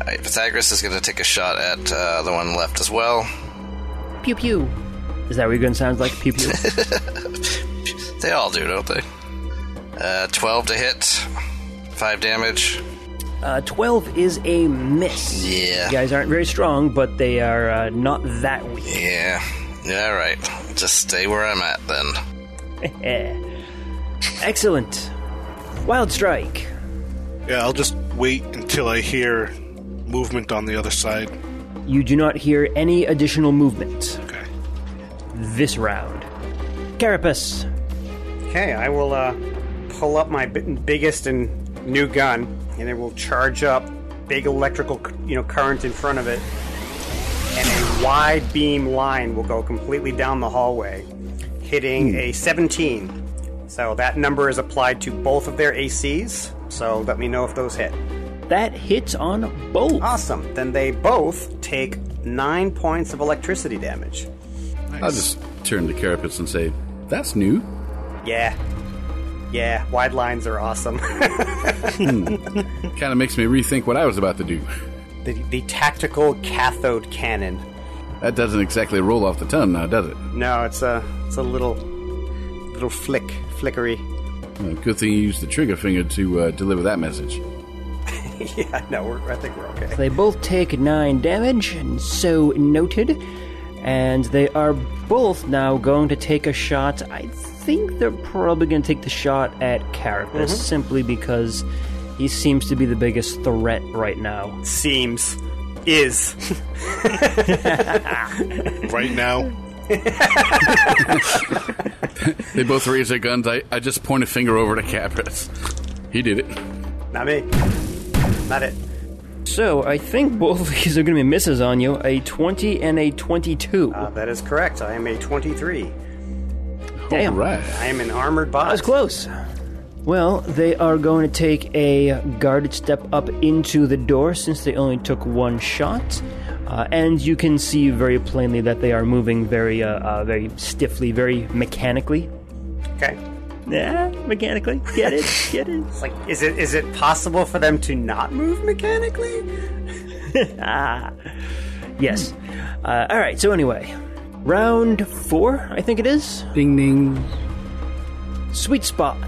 Speaker 6: All right, Pythagoras is going to take a shot at uh, the one left as well.
Speaker 2: Pew pew. Is that what your gun sounds like? Pew pew.
Speaker 6: They all do, don't they? Uh, 12 to hit, 5 damage.
Speaker 2: Uh, 12 is a miss.
Speaker 6: Yeah.
Speaker 2: You guys aren't very strong, but they are uh, not that weak.
Speaker 6: Yeah. Yeah, alright. Just stay where I'm at then.
Speaker 2: Eh. Excellent. Wild Strike.
Speaker 3: Yeah, I'll just wait until I hear movement on the other side.
Speaker 2: You do not hear any additional movement
Speaker 3: Okay.
Speaker 2: this round. Carapace.
Speaker 4: Okay, I will uh, pull up my bi- biggest and new gun, and it will charge up big electrical c- you know current in front of it, and a wide beam line will go completely down the hallway, hitting a 17. So that number is applied to both of their ACs. So let me know if those hit.
Speaker 2: That hits on both.
Speaker 4: Awesome. Then they both take nine points of electricity damage.
Speaker 5: I'll just turn to Carapace and say, "That's new."
Speaker 4: Yeah. Yeah, wide lines are awesome.
Speaker 5: Kind of makes me rethink what I was about to do.
Speaker 4: the, the tactical cathode cannon.
Speaker 5: That doesn't exactly roll off the tongue now, does it?
Speaker 4: No, it's a it's a little little flick flickery.
Speaker 5: Uh, good thing you used the trigger finger to uh, deliver that message.
Speaker 4: yeah, no, we're, I think we're okay.
Speaker 2: They both take 9 damage, and so noted. and they are both now going to take a shot. I think they're probably going to take the shot at Carapace simply because he seems to be the biggest threat right now.
Speaker 4: Seems. Is.
Speaker 3: Right now,
Speaker 5: They both raise their guns. I, I just point a finger over to Capris. He did it.
Speaker 4: Not me. Not it.
Speaker 2: So I think both of these are going to be misses on you a 20 and a 22.
Speaker 4: Uh, that is correct. I am a 23.
Speaker 2: Damn.
Speaker 5: All right.
Speaker 4: I am an armored bot.
Speaker 2: That's close. Well, they are going to take a guarded step up into the door since they only took one shot. Uh, and you can see very plainly that they are moving very, uh, uh, very stiffly, very mechanically.
Speaker 4: Okay.
Speaker 2: Yeah, mechanically. Get it? Get it?
Speaker 4: It's like, is it is it possible for them to not move mechanically?
Speaker 2: Yes. Uh, all right. So anyway, round four, I think it is.
Speaker 5: Ding ding.
Speaker 2: Sweet spot.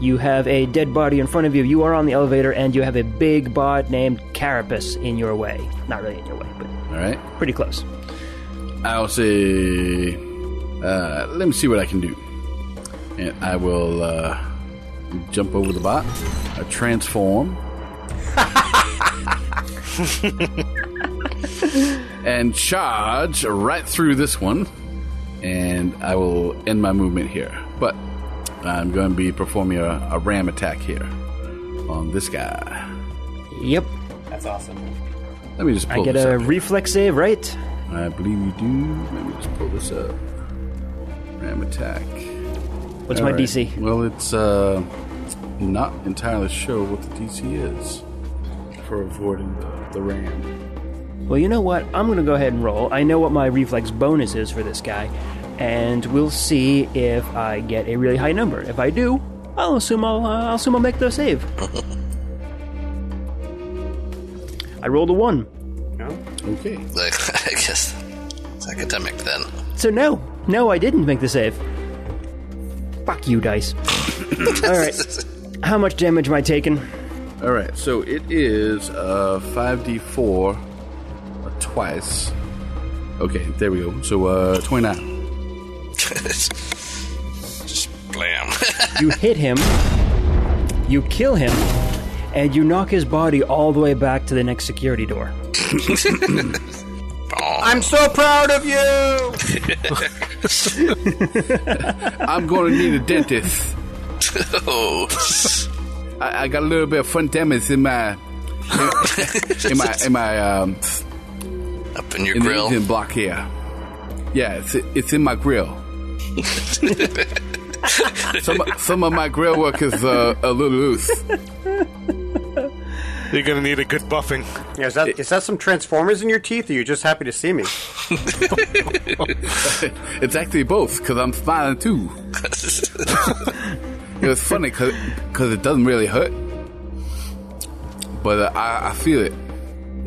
Speaker 2: You have a dead body in front of you. You are on the elevator, and you have a big bot named Carapace in your way. Not really in your way, but
Speaker 5: All right.
Speaker 2: pretty close.
Speaker 5: I'll say, uh, let me see what I can do. And I will uh, jump over the bot, I transform, and charge right through this one. And I will end my movement here. But I'm going to be performing a, a ram attack here on this guy.
Speaker 2: Yep.
Speaker 4: That's awesome.
Speaker 5: Let me just
Speaker 2: I
Speaker 5: pull
Speaker 2: get
Speaker 5: this
Speaker 2: a
Speaker 5: up.
Speaker 2: reflex save, right?
Speaker 5: I believe you do. Let me just pull this up. Ram attack.
Speaker 2: What's
Speaker 5: All
Speaker 2: my
Speaker 5: right.
Speaker 2: DC?
Speaker 5: Well, it's uh, not entirely sure what the DC is for avoiding the, the ram.
Speaker 2: Well, you know what? I'm going to go ahead and roll. I know what my reflex bonus is for this guy, and we'll see if I get a really high number. If I do, I'll assume I'll, uh, I'll assume I'll make the save. I rolled a one,
Speaker 4: No?
Speaker 5: Okay.
Speaker 6: Like, I guess it's academic then.
Speaker 2: so no, no, I didn't make the save. Fuck you, dice. All right, how much damage am I taking?
Speaker 5: All right. So it is uh, 5d4 uh, twice. Okay, there we go. So uh, 29.
Speaker 6: Just blam.
Speaker 2: You hit him, you kill him, and you knock his body all the way back to the next security door.
Speaker 4: I'm so proud of you!
Speaker 5: I'm going to need a dentist.
Speaker 6: oh,
Speaker 5: I, I got a little bit of front damage in my in my in my um,
Speaker 6: up in your
Speaker 5: in
Speaker 6: grill.
Speaker 5: the engine block here. Yeah, it's, it's in my grill. some some of my grill work is uh, a little loose.
Speaker 3: you're gonna need a good buffing.
Speaker 4: Yeah, is, that, is that some transformers in your teeth? Or are you just happy to see me?
Speaker 5: It's actually both because I'm smiling too. It was funny because it doesn't really hurt, but uh, I, I feel it.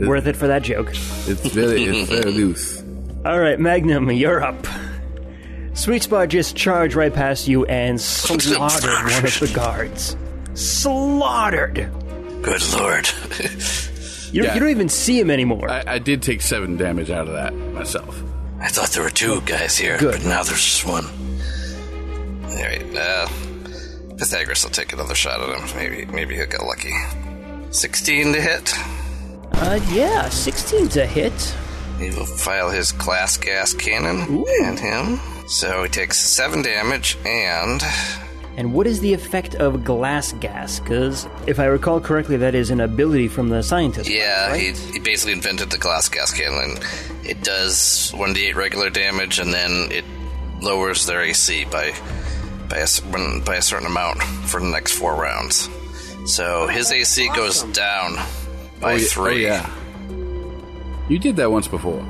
Speaker 2: Worth it for that joke.
Speaker 5: It's very it's very loose.
Speaker 2: All right, Magnum, you're up. Sweet Spot just charged right past you and slaughtered one of the guards. Slaughtered.
Speaker 6: Good lord.
Speaker 2: You,
Speaker 5: Yeah.
Speaker 2: you don't even see him anymore.
Speaker 5: I, I did take seven damage out of that myself.
Speaker 6: I thought there were two guys here,
Speaker 2: Good.
Speaker 6: but now there's just one. Alright, uh. Pythagoras will take another shot at him. Maybe maybe he'll get lucky. 16 to hit.
Speaker 2: uh, yeah, 16's a hit.
Speaker 6: He will file his class gas cannon at him. So he takes 7 damage and.
Speaker 2: And what is the effect of glass gas? Because if I recall correctly, that is an ability from the scientist.
Speaker 6: Yeah, he, he basically invented the glass gas cannon. It does 1d8 regular damage, and then it lowers their AC by by a, cer- when- by a certain amount for the next four rounds. So his AC goes down by
Speaker 5: Oh, yeah-
Speaker 6: three.
Speaker 5: Oh, yeah. You did that once before.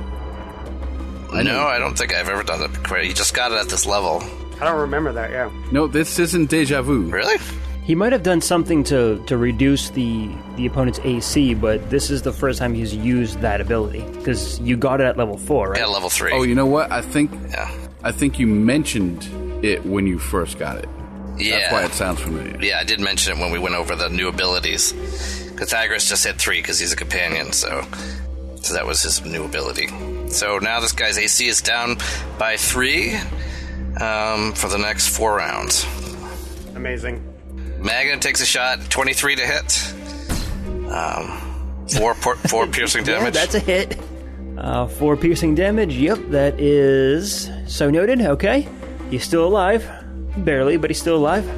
Speaker 6: No, I don't think I've ever done that before. He just got it at this level.
Speaker 4: I don't remember that, yeah.
Speaker 5: No, this isn't deja vu.
Speaker 6: Really?
Speaker 2: He might have done something to, to reduce the, the opponent's AC, but this is the first time he's used that ability. Because you got it at level 4, right?
Speaker 6: Yeah, level three.
Speaker 5: Oh, you know what? I think
Speaker 6: yeah.
Speaker 5: I think you mentioned it when you first got it.
Speaker 6: Yeah.
Speaker 5: That's why it sounds familiar.
Speaker 6: Yeah, I did mention it when we went over the new abilities. Pythagoras just hit three because he's a companion, so so that was his new ability. So now this guy's AC is down by three um, for the next four rounds.
Speaker 4: Amazing.
Speaker 6: Magnum takes a shot, 23 to hit. Um, four, por- four piercing
Speaker 2: Yeah,
Speaker 6: damage.
Speaker 2: that's a hit. Uh, four piercing damage. Yep, that is so noted. Okay, he's still alive, barely, but he's still alive.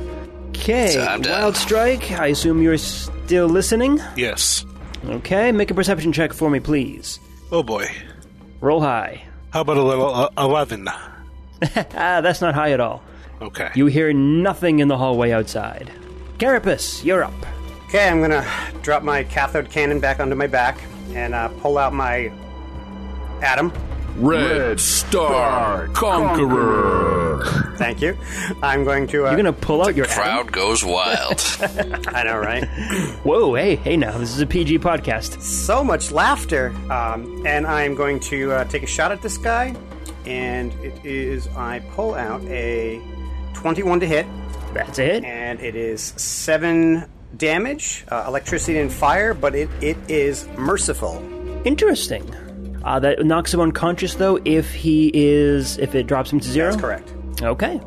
Speaker 2: Okay,
Speaker 6: So I'm down.
Speaker 2: wild strike. I assume you're still listening.
Speaker 3: Yes.
Speaker 2: Okay, make a perception check for me, please.
Speaker 3: Oh boy.
Speaker 2: Roll high.
Speaker 3: How about a little uh, eleven?
Speaker 2: Ah, that's not high at all.
Speaker 3: Okay.
Speaker 2: You hear nothing in the hallway outside. Carapace, you're up.
Speaker 4: Okay, I'm gonna drop my cathode cannon back onto my back and uh, pull out my atom.
Speaker 5: Red, Star Conqueror.
Speaker 4: Thank you. I'm going to. Uh,
Speaker 2: You're gonna pull out your atom?
Speaker 6: Crowd goes wild.
Speaker 4: I know, right?
Speaker 2: Whoa, hey, hey, now this is a PG podcast.
Speaker 4: so much laughter. Um, and I'm going to uh, take a shot at this guy, and it is I pull out a 21 to hit,
Speaker 2: That's it.
Speaker 4: and it is seven damage, uh, electricity and fire, but it, it is merciful.
Speaker 2: Interesting. Uh, that knocks him unconscious, though, if he is. if it drops him to zero?
Speaker 4: That's correct.
Speaker 2: Okay.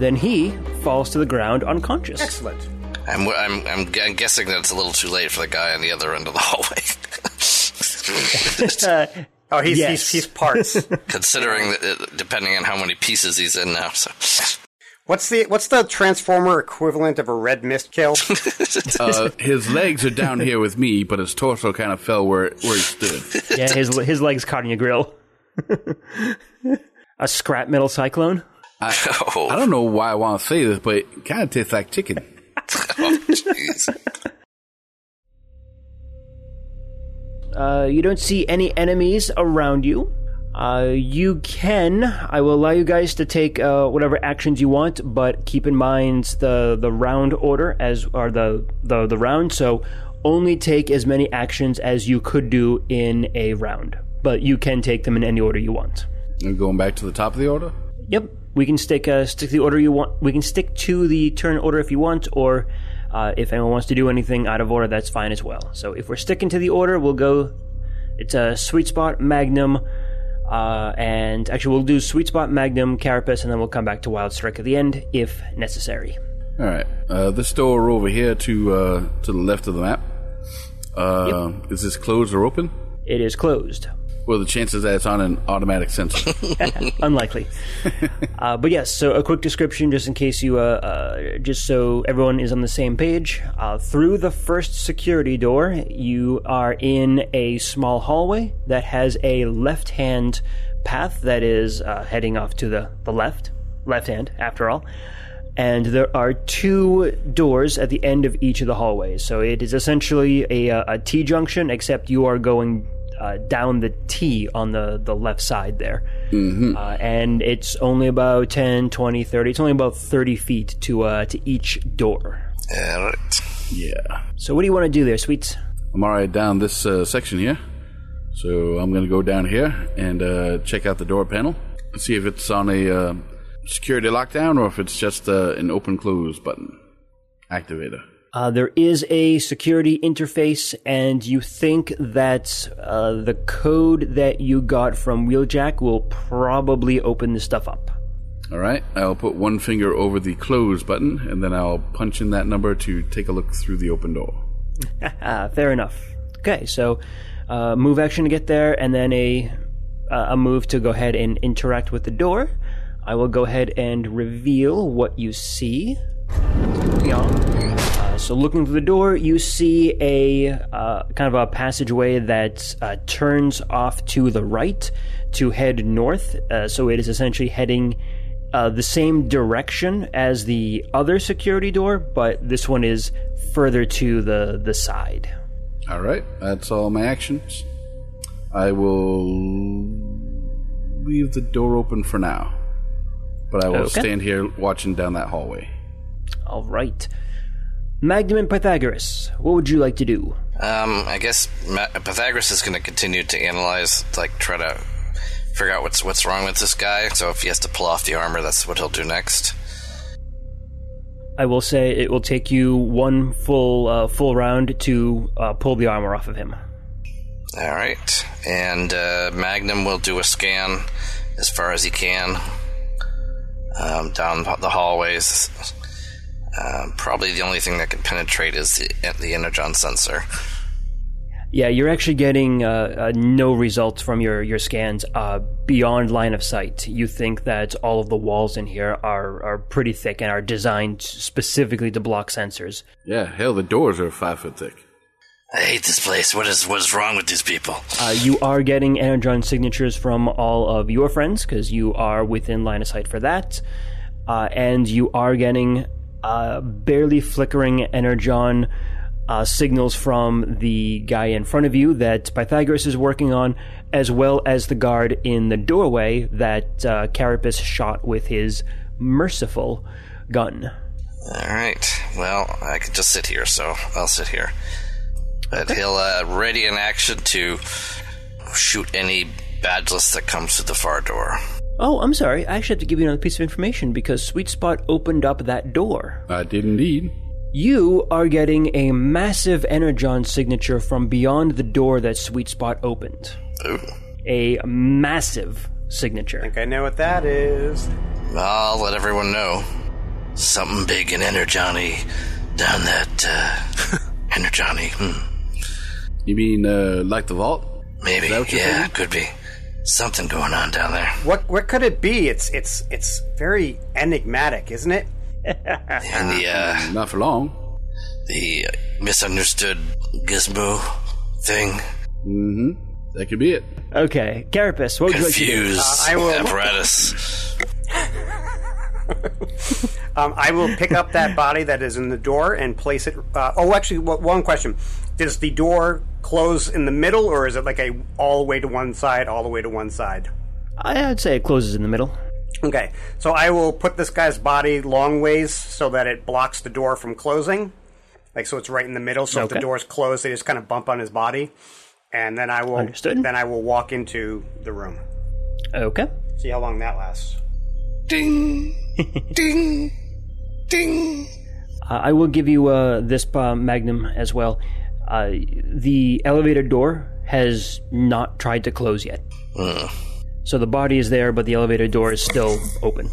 Speaker 2: Then he falls to the ground unconscious.
Speaker 4: Excellent.
Speaker 6: I'm, I'm, I'm, gu- I'm guessing that it's a little too late for the guy on the other end of the hallway.
Speaker 4: Oh, he's
Speaker 2: Yes.
Speaker 4: he's, he's parts.
Speaker 6: Considering that, it, depending on how many pieces he's in now. So.
Speaker 4: what's the what's the transformer equivalent of a red mist kill?
Speaker 5: Uh, his legs are down here with me, but his torso kind of fell where where he stood.
Speaker 2: Yeah, his, his leg's caught in your grill. a scrap metal cyclone?
Speaker 5: I
Speaker 6: Oh,
Speaker 5: don't know why I want to say this, but it kind of tastes like chicken.
Speaker 6: Oh, jeez.
Speaker 2: Uh, you don't see any enemies around you. Uh, you can. I will allow you guys to take uh, whatever actions you want, but keep in mind the the round order as or the the the round. So only take as many actions as you could do in a round, but you can take them in any order you want.
Speaker 5: And going back to the top of the order.
Speaker 2: Yep, we can stick uh, stick to the order you want. We can stick to the turn order if you want, or uh, if anyone wants to do anything out of order, that's fine as well. So if we're sticking to the order, we'll go. It's a sweet spot, Magnum, uh, and actually we'll do sweet spot, Magnum, Carapace, and then we'll come back to Wild Strike at the end if necessary.
Speaker 5: All right, uh, this door over here to uh, to the left of the map. Uh, Is this closed or open?
Speaker 2: It is closed.
Speaker 5: Well, the chances that it's on an automatic sensor.
Speaker 2: unlikely. uh, but yes, so a quick description, just in case you, uh, uh, just so everyone is on the same page. Uh, through the first security door, you are in a small hallway that has a left-hand path that is uh, heading off to the the left, left hand, after all. And there are two doors at the end of each of the hallways. So it is essentially a, uh, a T junction, except you are going uh, down the T on the, the left side there uh, and it's only about 10 20 30 it's only about 30 feet to uh, to each door
Speaker 6: Yeah, all right.
Speaker 5: yeah,
Speaker 2: so what do you want to do there sweets
Speaker 5: I'm already down this uh, section here, so I'm gonna go down here and uh, check out the door panel and see if it's on a uh, security lockdown or if it's just uh, an open close button activator.
Speaker 2: uh, there is a security interface and you think that uh, the code that you got from wheeljack will probably open this stuff up
Speaker 5: All right, I'll put one finger over the close button and then I'll punch in that number to take a look through the open door.
Speaker 2: ah, fair enough okay so uh, move action to get there and then a uh, a move to go ahead and interact with the door i will go ahead and reveal what you see Uh, so, looking through the door, you see a uh, kind of a passageway that uh, turns off to the right to head north. Uh, so, it is essentially heading uh, the same direction as the other security door, but this one is further to the, the side.
Speaker 5: All right, that's all my actions. I will leave the door open for now, but I will
Speaker 2: Okay.
Speaker 5: stand here watching down that hallway.
Speaker 2: All right. Magnum and Pythagoras, what would you like to do?
Speaker 6: Um, I guess Ma- Pythagoras is going to continue to analyze, like try to figure out what's what's wrong with this guy. So if he has to pull off the armor, that's what he'll do next.
Speaker 2: I will say it will take you one full uh, full round to uh, pull the armor off of him.
Speaker 6: All right. And uh, Magnum will do a scan as far as he can um, down the hallways. Um, probably the only thing that can penetrate is the, the energon sensor.
Speaker 2: Yeah, you're actually getting uh, uh, no results from your your scans uh, beyond line of sight. You think that all of the walls in here are are pretty thick and are designed specifically to block sensors.
Speaker 5: Yeah, hell, the doors are five foot thick.
Speaker 6: I hate this place. What is what is wrong with these people?
Speaker 2: Uh, you are getting energon signatures from all of your friends because you are within line of sight for that, uh, and you are getting uh, barely flickering energon uh, signals from the guy in front of you that Pythagoras is working on, as well as the guard in the doorway that uh, Carapace shot with his merciful gun.
Speaker 6: All right. Well, I could just sit here, so I'll sit here. But he'll uh, ready in action to shoot any badgeless that comes through the far door.
Speaker 2: Oh, I'm sorry. I actually have to give you another piece of information because Sweet Spot opened up that door.
Speaker 5: I did indeed.
Speaker 2: You are getting a massive energon signature from beyond the door that Sweet Spot opened.
Speaker 6: Ooh.
Speaker 2: A massive signature.
Speaker 4: I know what that is.
Speaker 6: I'll let everyone know. Something big and energony down that uh, energony. Hmm.
Speaker 5: You mean uh, like the vault?
Speaker 6: Maybe.
Speaker 5: Is that what you're
Speaker 6: Yeah,
Speaker 5: thinking?
Speaker 6: could be. Something going on down there.
Speaker 4: What what could it be? It's it's it's very enigmatic, isn't it?
Speaker 6: And the uh,
Speaker 5: Not for long.
Speaker 6: the misunderstood gizmo thing.
Speaker 5: That could be it.
Speaker 2: Okay, Carapace, what would you like to do?
Speaker 6: Confused
Speaker 4: I will-
Speaker 6: apparatus.
Speaker 4: Um, I will pick up that body that is in the door and place it. Uh, oh, actually, wha- one question: Does the door close in the middle, or is it like a all the way to one side, all the way to one side?
Speaker 2: I- I'd say it closes in the middle.
Speaker 4: Okay, so I will put this guy's body long ways so that it blocks the door from closing. Like so, it's right in the middle. So if the
Speaker 2: Okay.
Speaker 4: door's closed, they just kind of bump on his body, and then I will
Speaker 2: Understood.
Speaker 4: then I will walk into the room.
Speaker 2: Okay.
Speaker 4: See how long that lasts.
Speaker 2: Uh, I will give you uh, this uh, magnum as well. Uh, the elevator door has not tried to close yet.
Speaker 6: Hmm.
Speaker 2: So the body is there, but the elevator door is still open.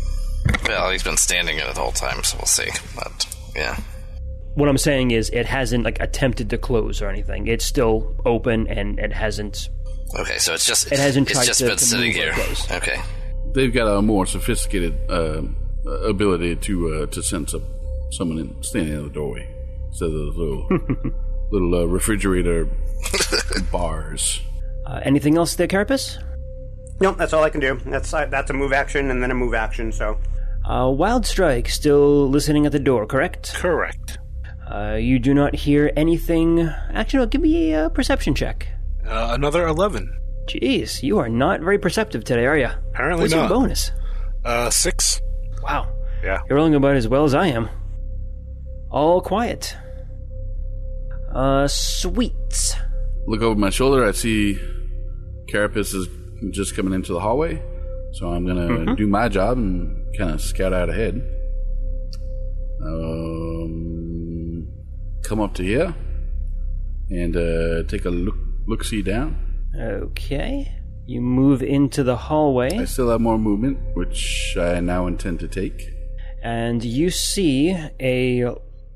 Speaker 6: Well, he's been standing in it the whole time, so we'll see. But yeah,
Speaker 2: What I'm saying is, it hasn't like attempted to close or anything. It's still open, and it hasn't.
Speaker 6: okay. So it's just
Speaker 2: It hasn't
Speaker 6: it's
Speaker 2: tried
Speaker 6: just
Speaker 2: to-
Speaker 6: been
Speaker 2: to
Speaker 6: sitting
Speaker 2: move or
Speaker 6: here.
Speaker 2: close.
Speaker 6: Okay.
Speaker 5: They've got a more sophisticated uh, ability to uh, to sense a, someone in, standing in the doorway instead of those little little uh, refrigerator bars.
Speaker 2: Uh, anything else there, Carapace?
Speaker 4: Nope, that's all I can do. That's uh, that's a move action and then a move action. So
Speaker 2: Uh, Wild Strike still listening at the door, correct?
Speaker 3: Correct.
Speaker 2: Uh, you do not hear anything. Actually, no, give me a uh, perception check.
Speaker 3: Uh, another 11.
Speaker 2: Jeez, you are not very perceptive today, are you?
Speaker 3: Apparently
Speaker 2: What's your
Speaker 3: not.
Speaker 2: bonus?
Speaker 3: Uh, six.
Speaker 2: Wow.
Speaker 3: Yeah.
Speaker 2: You're rolling about as well as I am. All quiet. Uh, sweets.
Speaker 5: Look over my shoulder. I see Carapace is just coming into the hallway, so I'm gonna do my job and kind of scout out ahead. Um, come up to here and uh, take a look look see down.
Speaker 2: Okay. You move into the
Speaker 5: I
Speaker 2: hallway,
Speaker 5: still have more movement, which I now intend to take.
Speaker 2: and you see a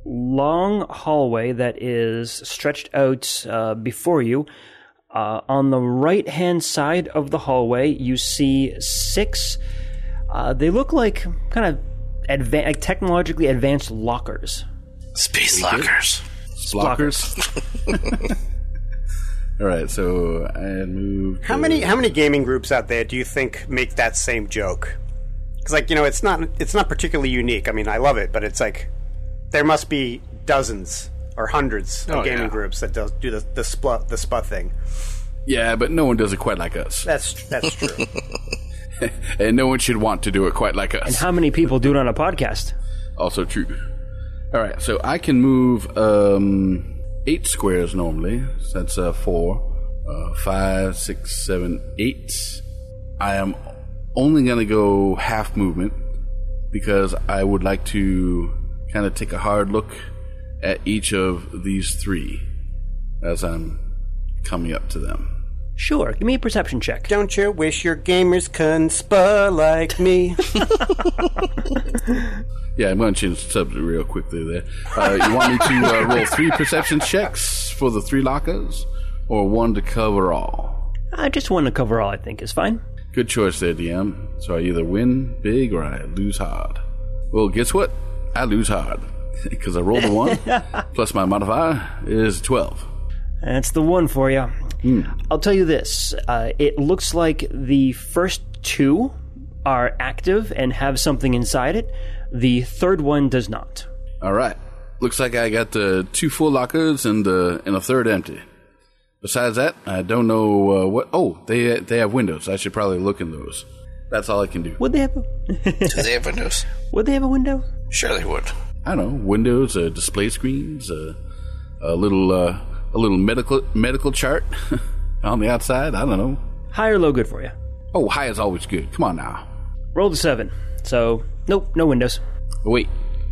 Speaker 2: long hallway that is stretched out uh, before you. Uh, on the right hand side of the hallway, you see six. Uh, they look like kind of adva- like technologically advanced lockers.
Speaker 6: Space lockers.
Speaker 5: Blockers. All right, so I had moved.
Speaker 4: how many how many gaming groups out there do you think make that same joke? Because like you know, it's not it's not particularly unique. I mean, I love it, but it's like there must be dozens or hundreds of
Speaker 3: Oh,
Speaker 4: gaming
Speaker 3: yeah.
Speaker 4: groups that does do the the spl- the sput thing.
Speaker 5: Yeah, but no one does it quite like us,
Speaker 4: That's that's true.
Speaker 5: and no one should want to do it quite like us.
Speaker 2: How many people do it on a podcast?
Speaker 5: also true. All right, so I can move um, eight squares normally. So that's uh, four, uh, five, six, seven, eight. I am only going to go half movement because I would like to kind of take a hard look at each of these three as I'm coming up to them.
Speaker 2: Sure, give me a perception check.
Speaker 4: Don't you wish your gamers can spur like me?
Speaker 5: Yeah, I'm going to change the subject real quickly there. Uh, you want me to uh, roll three perception checks for the three lockers, or one to cover all?
Speaker 2: I just want to cover all I think is fine.
Speaker 5: Good choice there, DM. So I either win big or I lose hard. Well, guess what? I lose hard because I rolled a one plus my modifier is twelve.
Speaker 2: That's the one for you. I'll tell you this uh, it looks like the first two are active and have something inside it, the third one does not.
Speaker 5: All right. Looks like I got the two full lockers and uh, and a third empty. Besides that, I don't know uh, what. Oh, they they have windows. I should probably look in those. That's all I can do.
Speaker 2: Would they have a,
Speaker 6: Do they have windows?
Speaker 2: would they have a window?
Speaker 6: Sure, they would.
Speaker 5: I don't know windows, uh, display screens, uh, a little uh, a little medical medical chart on the outside. I don't know.
Speaker 2: High or low good for you.
Speaker 5: Oh, high is always good. Come on now.
Speaker 2: Roll the seven. So, nope, no windows.
Speaker 5: Oh, wait,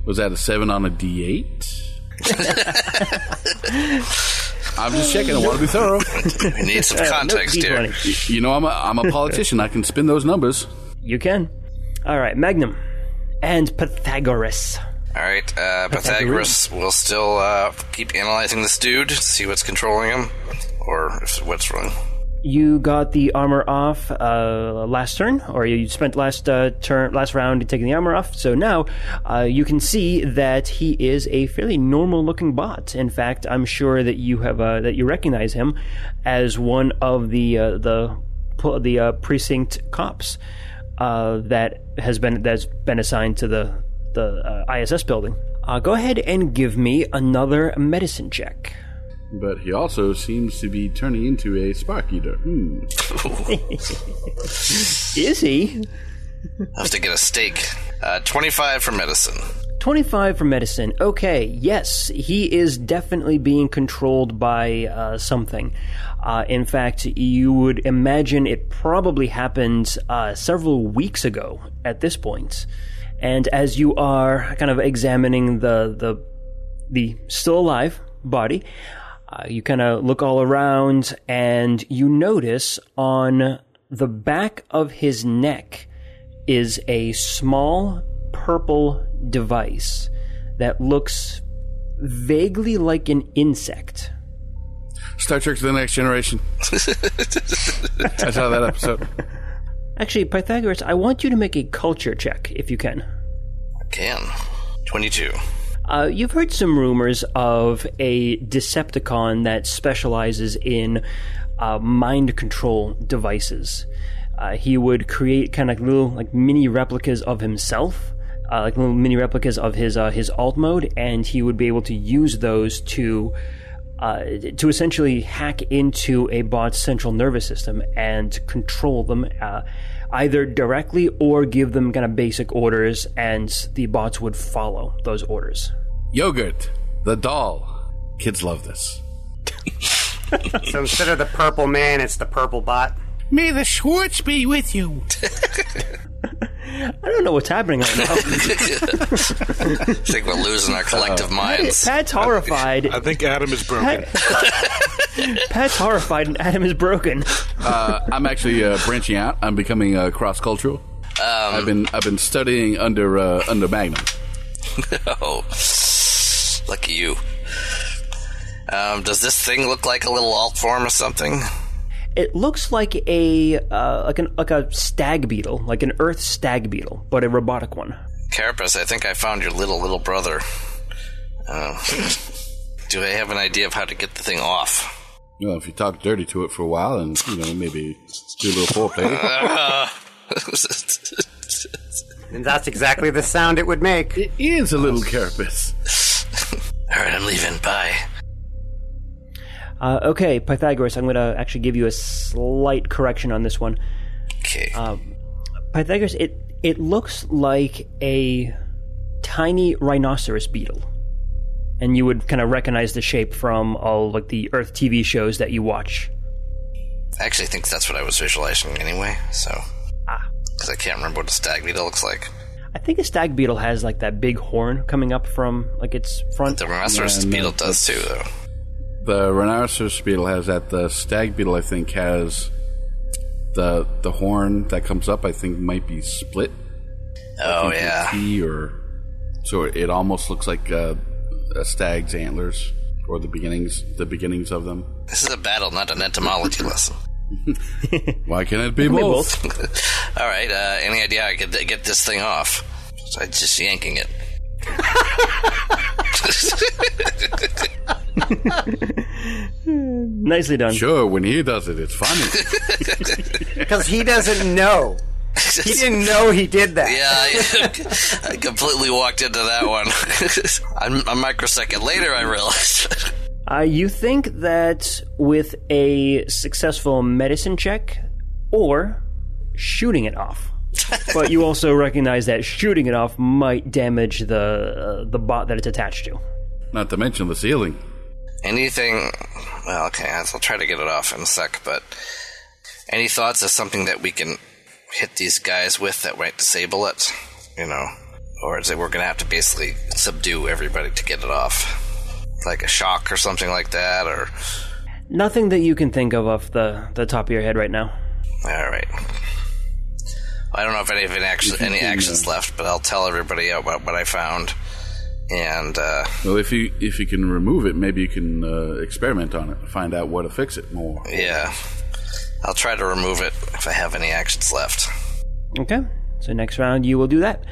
Speaker 5: was that a seven on a D eight? I'm just checking. I want to be thorough.
Speaker 6: We need
Speaker 2: Uh,
Speaker 6: some context
Speaker 2: Nope,
Speaker 6: here.
Speaker 2: D20.
Speaker 5: You know, I'm a, I'm a politician. I can spin those numbers.
Speaker 2: You can. All right, Magnum and Pythagoras.
Speaker 6: All right, uh, Pythagoras will still uh, keep analyzing this dude, see what's controlling him, or if what's wrong.
Speaker 2: You got the armor off uh, last turn, or you spent last uh, turn, last round taking the armor off. So now uh, you can see that he is a fairly normal-looking bot. In fact, I'm sure that you have uh, that you recognize him as one of the uh, the pu- the uh, precinct cops uh, that has been that's been assigned to the the uh, ISS building. Uh, go ahead and give me another medicine check.
Speaker 5: But he also seems to be turning into a spark eater. Hmm.
Speaker 2: Is he?
Speaker 6: I have to get a steak. Uh, 25 for medicine.
Speaker 2: 25 for medicine. Okay, yes, he is definitely being controlled by uh, something. Uh, in fact, you would imagine it probably happened uh, several weeks ago at this point. And as you are kind of examining the, the, the still alive body, uh, you kind of look all around and you notice on the back of his neck is a small purple device that looks vaguely like an insect.
Speaker 5: Star Trek: The Next Generation. I saw that episode.
Speaker 2: Actually, Pythagoras, I want you to make a culture check if you can.
Speaker 6: Can. 22.
Speaker 2: Uh, you've heard some rumors of a Decepticon that specializes in uh, mind control devices. Uh, he would create kind of little like mini replicas of himself, uh, like little mini replicas of his uh, his alt mode, and he would be able to use those to uh, to essentially hack into a bot's central nervous system and control them uh, either directly or give them kind of basic orders, and the bots would follow those orders.
Speaker 5: Yogurt, the doll. Kids love this.
Speaker 4: so instead of the purple man, it's the purple bot.
Speaker 7: May the Schwartz be with you.
Speaker 2: I don't know what's happening right now.
Speaker 6: I think we're losing our collective minds.
Speaker 2: Pat's horrified.
Speaker 3: I think Adam is broken.
Speaker 2: Pat's horrified, and Adam is broken.
Speaker 5: Uh, I'm actually uh, branching out. I'm becoming uh, cross-cultural. I've been I've been studying under uh, under Magnum.
Speaker 6: oh, lucky you. Um, does this thing look like a little alt form or something?
Speaker 2: It looks like a uh, like an like a stag beetle, like an Earth stag beetle, but a robotic one.
Speaker 6: Carapace, I think I found your little, little brother. Uh, do I have an idea of how to get the thing off?
Speaker 5: You know, if you talk dirty to it for a while, and you know maybe do a little foreplay.
Speaker 4: And that's exactly the sound it would make.
Speaker 5: it is a little carapace.
Speaker 6: All right, I'm leaving. Bye.
Speaker 2: Uh, okay, Pythagoras, I'm going to actually give you a slight correction on this one.
Speaker 6: Okay.
Speaker 2: Pythagoras, it it looks like a tiny rhinoceros beetle, and you would kind of recognize the shape from all like the Earth TV shows that you watch.
Speaker 6: I actually think that's what I was visualizing anyway, so. Because I can't remember what a stag needle looks like.
Speaker 2: I think a stag beetle has like that big horn coming up from like its front.
Speaker 6: The rhinoceros
Speaker 5: no,
Speaker 6: beetle does too, though.
Speaker 5: the rhinoceros beetle has that. The stag beetle, I think, has the the horn that comes up. I think might be split.
Speaker 6: Oh,
Speaker 5: into
Speaker 6: yeah.
Speaker 5: T or so it, it almost looks like uh, a stag's antlers or the beginnings the beginnings of them.
Speaker 6: This is a battle, not an entomology lesson.
Speaker 5: Why can't it be both?
Speaker 2: both.
Speaker 6: All right, uh, any idea I could get this thing off? So I'm just yanking it.
Speaker 2: Nicely done.
Speaker 5: Sure, when he does it, it's funny.
Speaker 8: Because he doesn't know. He didn't know he did that.
Speaker 6: Yeah, I, I completely walked into that one. a, a microsecond later, I realized.
Speaker 2: Uh, you think that with a successful medicine check or shooting it off, but you also recognize that shooting it off might damage the uh, the bot that it's attached to.
Speaker 5: Not to mention the ceiling.
Speaker 6: Anything? Well, okay, I'll try to get it off in a sec. But any thoughts of something that we can hit these guys with that might disable it? You know, or is it we're gonna have to basically subdue everybody to get it off, like a shock or something like that? Or
Speaker 2: Nothing that you can think of off the, the top of your head right now.
Speaker 6: all right. I don't know if any of any, action, any actions left, but I'll tell everybody about what I found. And uh,
Speaker 5: Well, if you if you can remove it, maybe you can uh, experiment on it, find out what to fix it more.
Speaker 6: Yeah. I'll try to remove it if I have any actions left.
Speaker 2: Okay, so next round you will do that.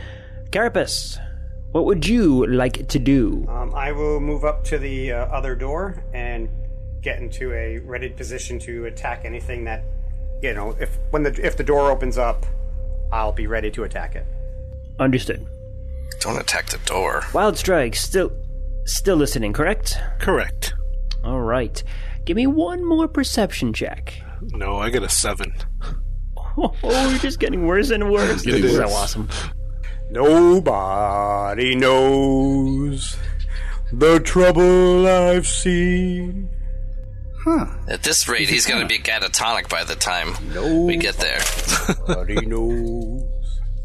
Speaker 2: Carapace, what would you like to do?
Speaker 4: Um, I will move up to the uh, other door and get into a ready position to attack anything that, you know, if when the if the door opens up, I'll be ready to attack it.
Speaker 2: Understood.
Speaker 6: Don't attack the door.
Speaker 2: Wild strike, still still listening, correct?
Speaker 3: Correct.
Speaker 2: All right. Give me one more perception check.
Speaker 3: No, I get a seven.
Speaker 2: Oh, you're just getting worse and worse.
Speaker 5: Getting
Speaker 2: This is
Speaker 5: worse.
Speaker 2: so awesome.
Speaker 4: Nobody knows the trouble I've seen.
Speaker 6: At this rate, he's going to be catatonic by the time we get there.
Speaker 4: Nobody knows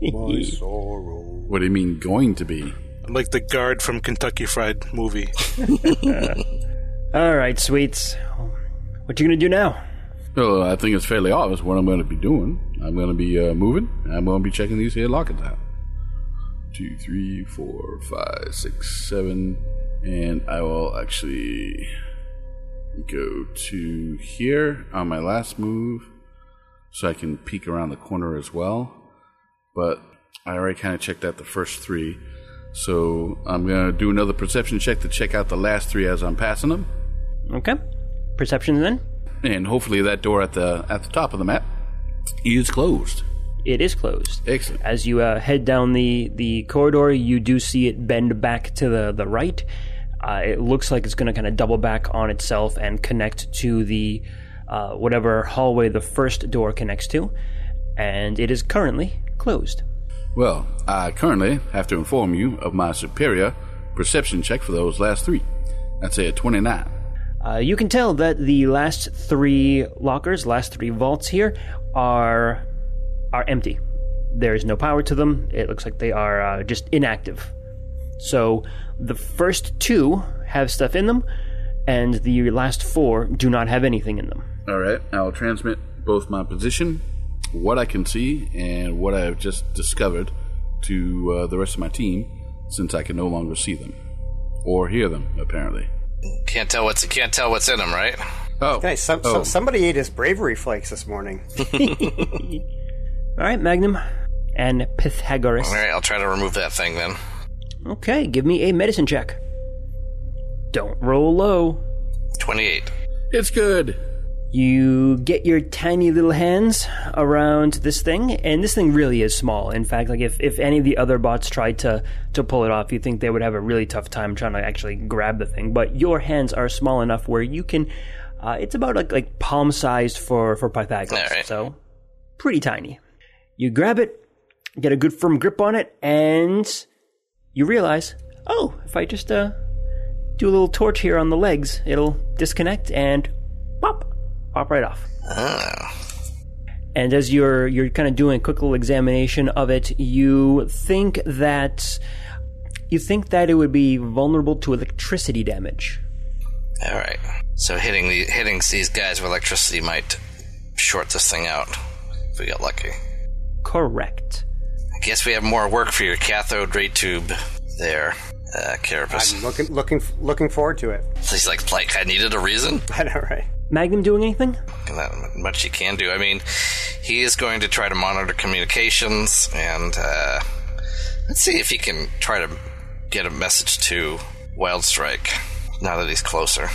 Speaker 4: my sorrow.
Speaker 5: What do you mean going to be?
Speaker 3: I'm like the guard from Kentucky Fried Movie.
Speaker 2: All right, sweets. What you gonna do now?
Speaker 5: Well, uh, I think it's fairly obvious what I'm going to be doing. I'm going to be uh, moving. and I'm going to be checking these here lockets out. Two, three, four, five, six, seven, and I will actually go to here on my last move, so I can peek around the corner as well. But I already kind of checked out the first three, so I'm going to do another perception check to check out the last three as I'm passing them
Speaker 2: Okay. Perception then?
Speaker 5: and hopefully that door at the at the top of the map is closed.
Speaker 2: It is closed.
Speaker 5: Excellent.
Speaker 2: As you uh, head down the, the corridor, you do see it bend back to the, the right. Uh, it looks like it's going to kind of double back on itself and connect to the uh, whatever hallway the first door connects to. And it is currently closed.
Speaker 5: Well, I currently have to inform you of my superior perception check for those last three. That's a twenty-nine.
Speaker 2: Uh, you can tell that the last three lockers, last three vaults here, are are empty. There is no power to them. It looks like they are uh, just inactive. So the first two have stuff in them, and the last four do not have anything in them.
Speaker 5: All right, I'll transmit both my position, what I can see, and what I have just discovered to uh, the rest of my team, since I can no longer see them or hear them. Apparently.
Speaker 6: Can't tell what's can't tell what's in him, right?
Speaker 5: Oh,
Speaker 4: Hey, some,
Speaker 5: oh,
Speaker 4: some, somebody ate his bravery flakes this morning.
Speaker 2: All right, Magnum and Pythagoras.
Speaker 6: All right, I'll try to remove that thing then.
Speaker 2: Okay, give me a medicine check. Don't roll low.
Speaker 6: Twenty-eight.
Speaker 5: it's good.
Speaker 2: You get your tiny little hands around this thing, and this thing really is small. In fact, like if, if any of the other bots tried to, to pull it off, you think they would have a really tough time trying to actually grab the thing. But your hands are small enough where you can, uh, it's about like like palm sized for for Pythagoras,
Speaker 6: All right.
Speaker 2: so pretty tiny. You grab it, get a good firm grip on it, and you realize, oh, if I just uh, do a little torch here on the legs, it'll disconnect and pop, pop right off. Ah. And as you're you're kind of doing a quick little examination of it, you think that you think that it would be vulnerable to electricity damage.
Speaker 6: All right. So hitting the hitting these guys with electricity might short this thing out if we get lucky.
Speaker 2: Correct.
Speaker 6: I guess we have more work for your cathode ray tube there, uh, Carapace.
Speaker 4: I'm looking, looking, looking forward to it.
Speaker 6: He's like, like I needed a reason.
Speaker 4: I know, right?
Speaker 2: Magnum doing anything?
Speaker 6: Not much he can do. I mean, he is going to try to monitor communications and uh, let's see if he can try to get a message to Wildstrike now that he's closer.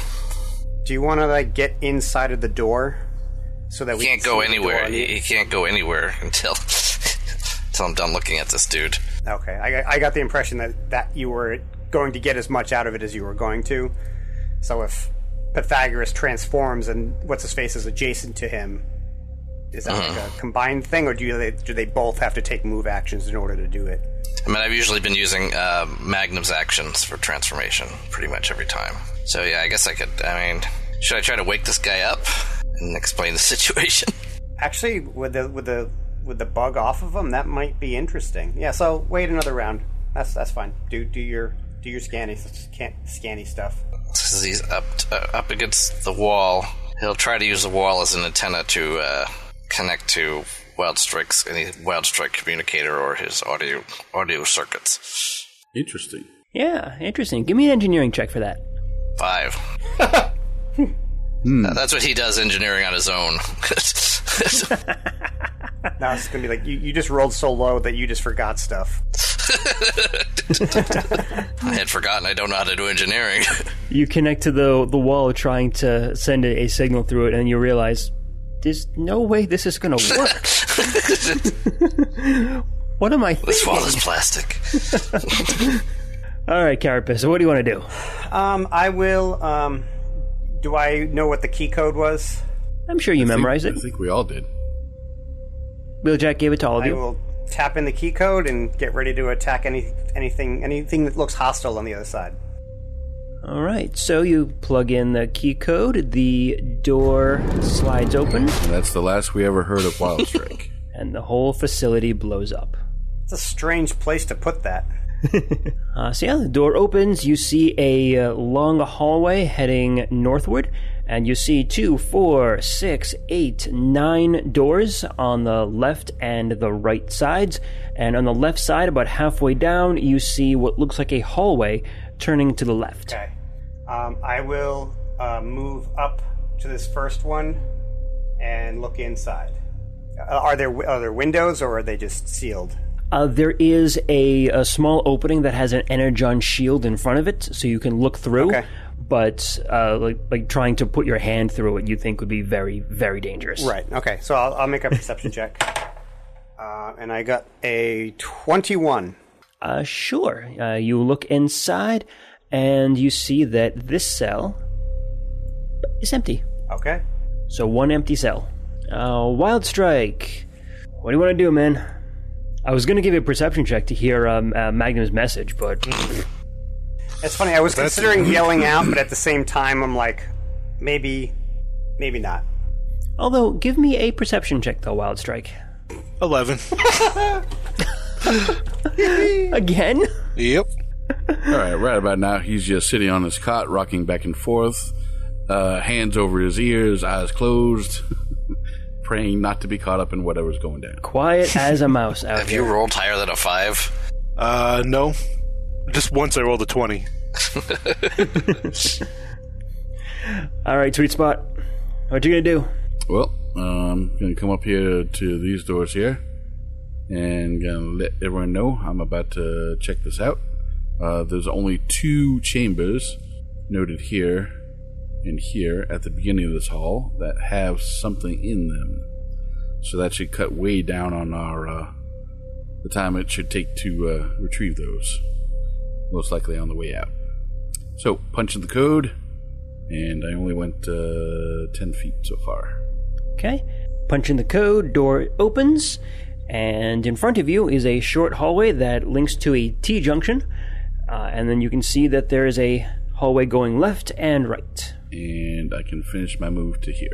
Speaker 4: Do you want to like get inside of the door so that we
Speaker 6: He can't
Speaker 4: can
Speaker 6: go
Speaker 4: see the
Speaker 6: anywhere.
Speaker 4: door?
Speaker 6: He, he can't go anywhere until until I'm done looking at this dude.
Speaker 4: Okay, I, I got the impression that, that you were going to get as much out of it as you were going to. So if Pythagoras transforms and what's his face is adjacent to him, is that like a combined thing, or do you, do they both have to take move actions in order to do it?
Speaker 6: I mean, I've usually been using uh, Magnum's actions for transformation pretty much every time. So yeah, I guess I could. I mean, should I try to wake this guy up and explain the situation?
Speaker 4: Actually, with the with the with the bug off of him, that might be interesting. Yeah. So wait another round. That's that's fine. Do do your do your scanny can't scanny stuff.
Speaker 6: Since he's up uh, up against the wall, he'll try to use the wall as an antenna to uh, connect to Wildstrike's any Wildstrike communicator or his audio audio circuits.
Speaker 5: Interesting.
Speaker 2: Yeah, interesting. Give me an engineering check for that.
Speaker 6: Five. Uh, That's what he does engineering on his own.
Speaker 4: Now it's gonna be like you, you just rolled so low that you just forgot stuff.
Speaker 6: I had forgotten I don't know how to do engineering.
Speaker 2: You connect to the the wall, trying to send a, a signal through it, and you realize there's no way this is going to work. what am I? Th-
Speaker 6: this wall is plastic.
Speaker 2: All right, Carapace. What do you want to do?
Speaker 4: Um, I will. Um, do I know what the key code was?
Speaker 2: I'm sure you memorized
Speaker 5: I
Speaker 2: it.
Speaker 5: think, I think we all did.
Speaker 2: Wheeljack gave it to all of
Speaker 4: I
Speaker 2: you.
Speaker 4: will tap in the key code and get ready to attack any anything anything that looks hostile on the other side.
Speaker 2: All right, so you plug in the key code, the door slides open,
Speaker 5: And that's the last we ever heard of Wildstrike.
Speaker 2: and the whole facility blows up.
Speaker 4: It's a strange place to put that.
Speaker 2: Uh, so, yeah, the door opens. You see a uh, long hallway heading northward, and you see two, four, six, eight, nine doors on the left and the right sides. And on the left side, about halfway down, you see what looks like a hallway turning to the left.
Speaker 4: Okay. Um, I will uh, move up to this first one and look inside. Uh, are there are there windows or are they just sealed?
Speaker 2: Uh, there is a, a small opening that has an energon shield in front of it, so you can look through.
Speaker 4: Okay.
Speaker 2: But uh, like like trying to put your hand through it, you think would be very very dangerous.
Speaker 4: Right. Okay. So I'll, I'll make a perception check. Uh, and I got a twenty-one.
Speaker 2: Uh, sure. Uh, you look inside, and you see that this cell is empty.
Speaker 4: Okay.
Speaker 2: So one empty cell. Uh, wild strike. What do you want to do, man? I was going to give you a perception check to hear um, uh, Magnum's message, but
Speaker 4: Mm. It's funny. I was considering yelling out, but at the same time, I'm like, maybe, maybe not.
Speaker 2: although give me a perception check though, Wild Strike.
Speaker 3: 11.
Speaker 2: Again.
Speaker 3: yep.
Speaker 5: all right, right about now, he's just sitting on his cot, rocking back and forth, uh, hands over his ears, eyes closed, praying not to be caught up in whatever's going down.
Speaker 2: quiet as a mouse out
Speaker 6: Have
Speaker 2: here.
Speaker 6: you rolled higher than a five?
Speaker 3: Uh, no. Just once I rolled a 20.
Speaker 2: All right, sweet spot. What you gonna do?
Speaker 5: Well, I'm going to come up here to these doors here and going to let everyone know I'm about to check this out. Uh, there's only two chambers noted here and here at the beginning of this hall that have something in them. So that should cut way down on our uh, the time it should take to uh, retrieve those. Most likely on the way out. So, punch in the code, and I only went uh, 10 feet so far.
Speaker 2: Okay, punch in the code. Door opens, and in front of you is a short hallway that links to a T junction, uh, and then you can see that there is a hallway going left and right.
Speaker 5: and I can finish my move to here.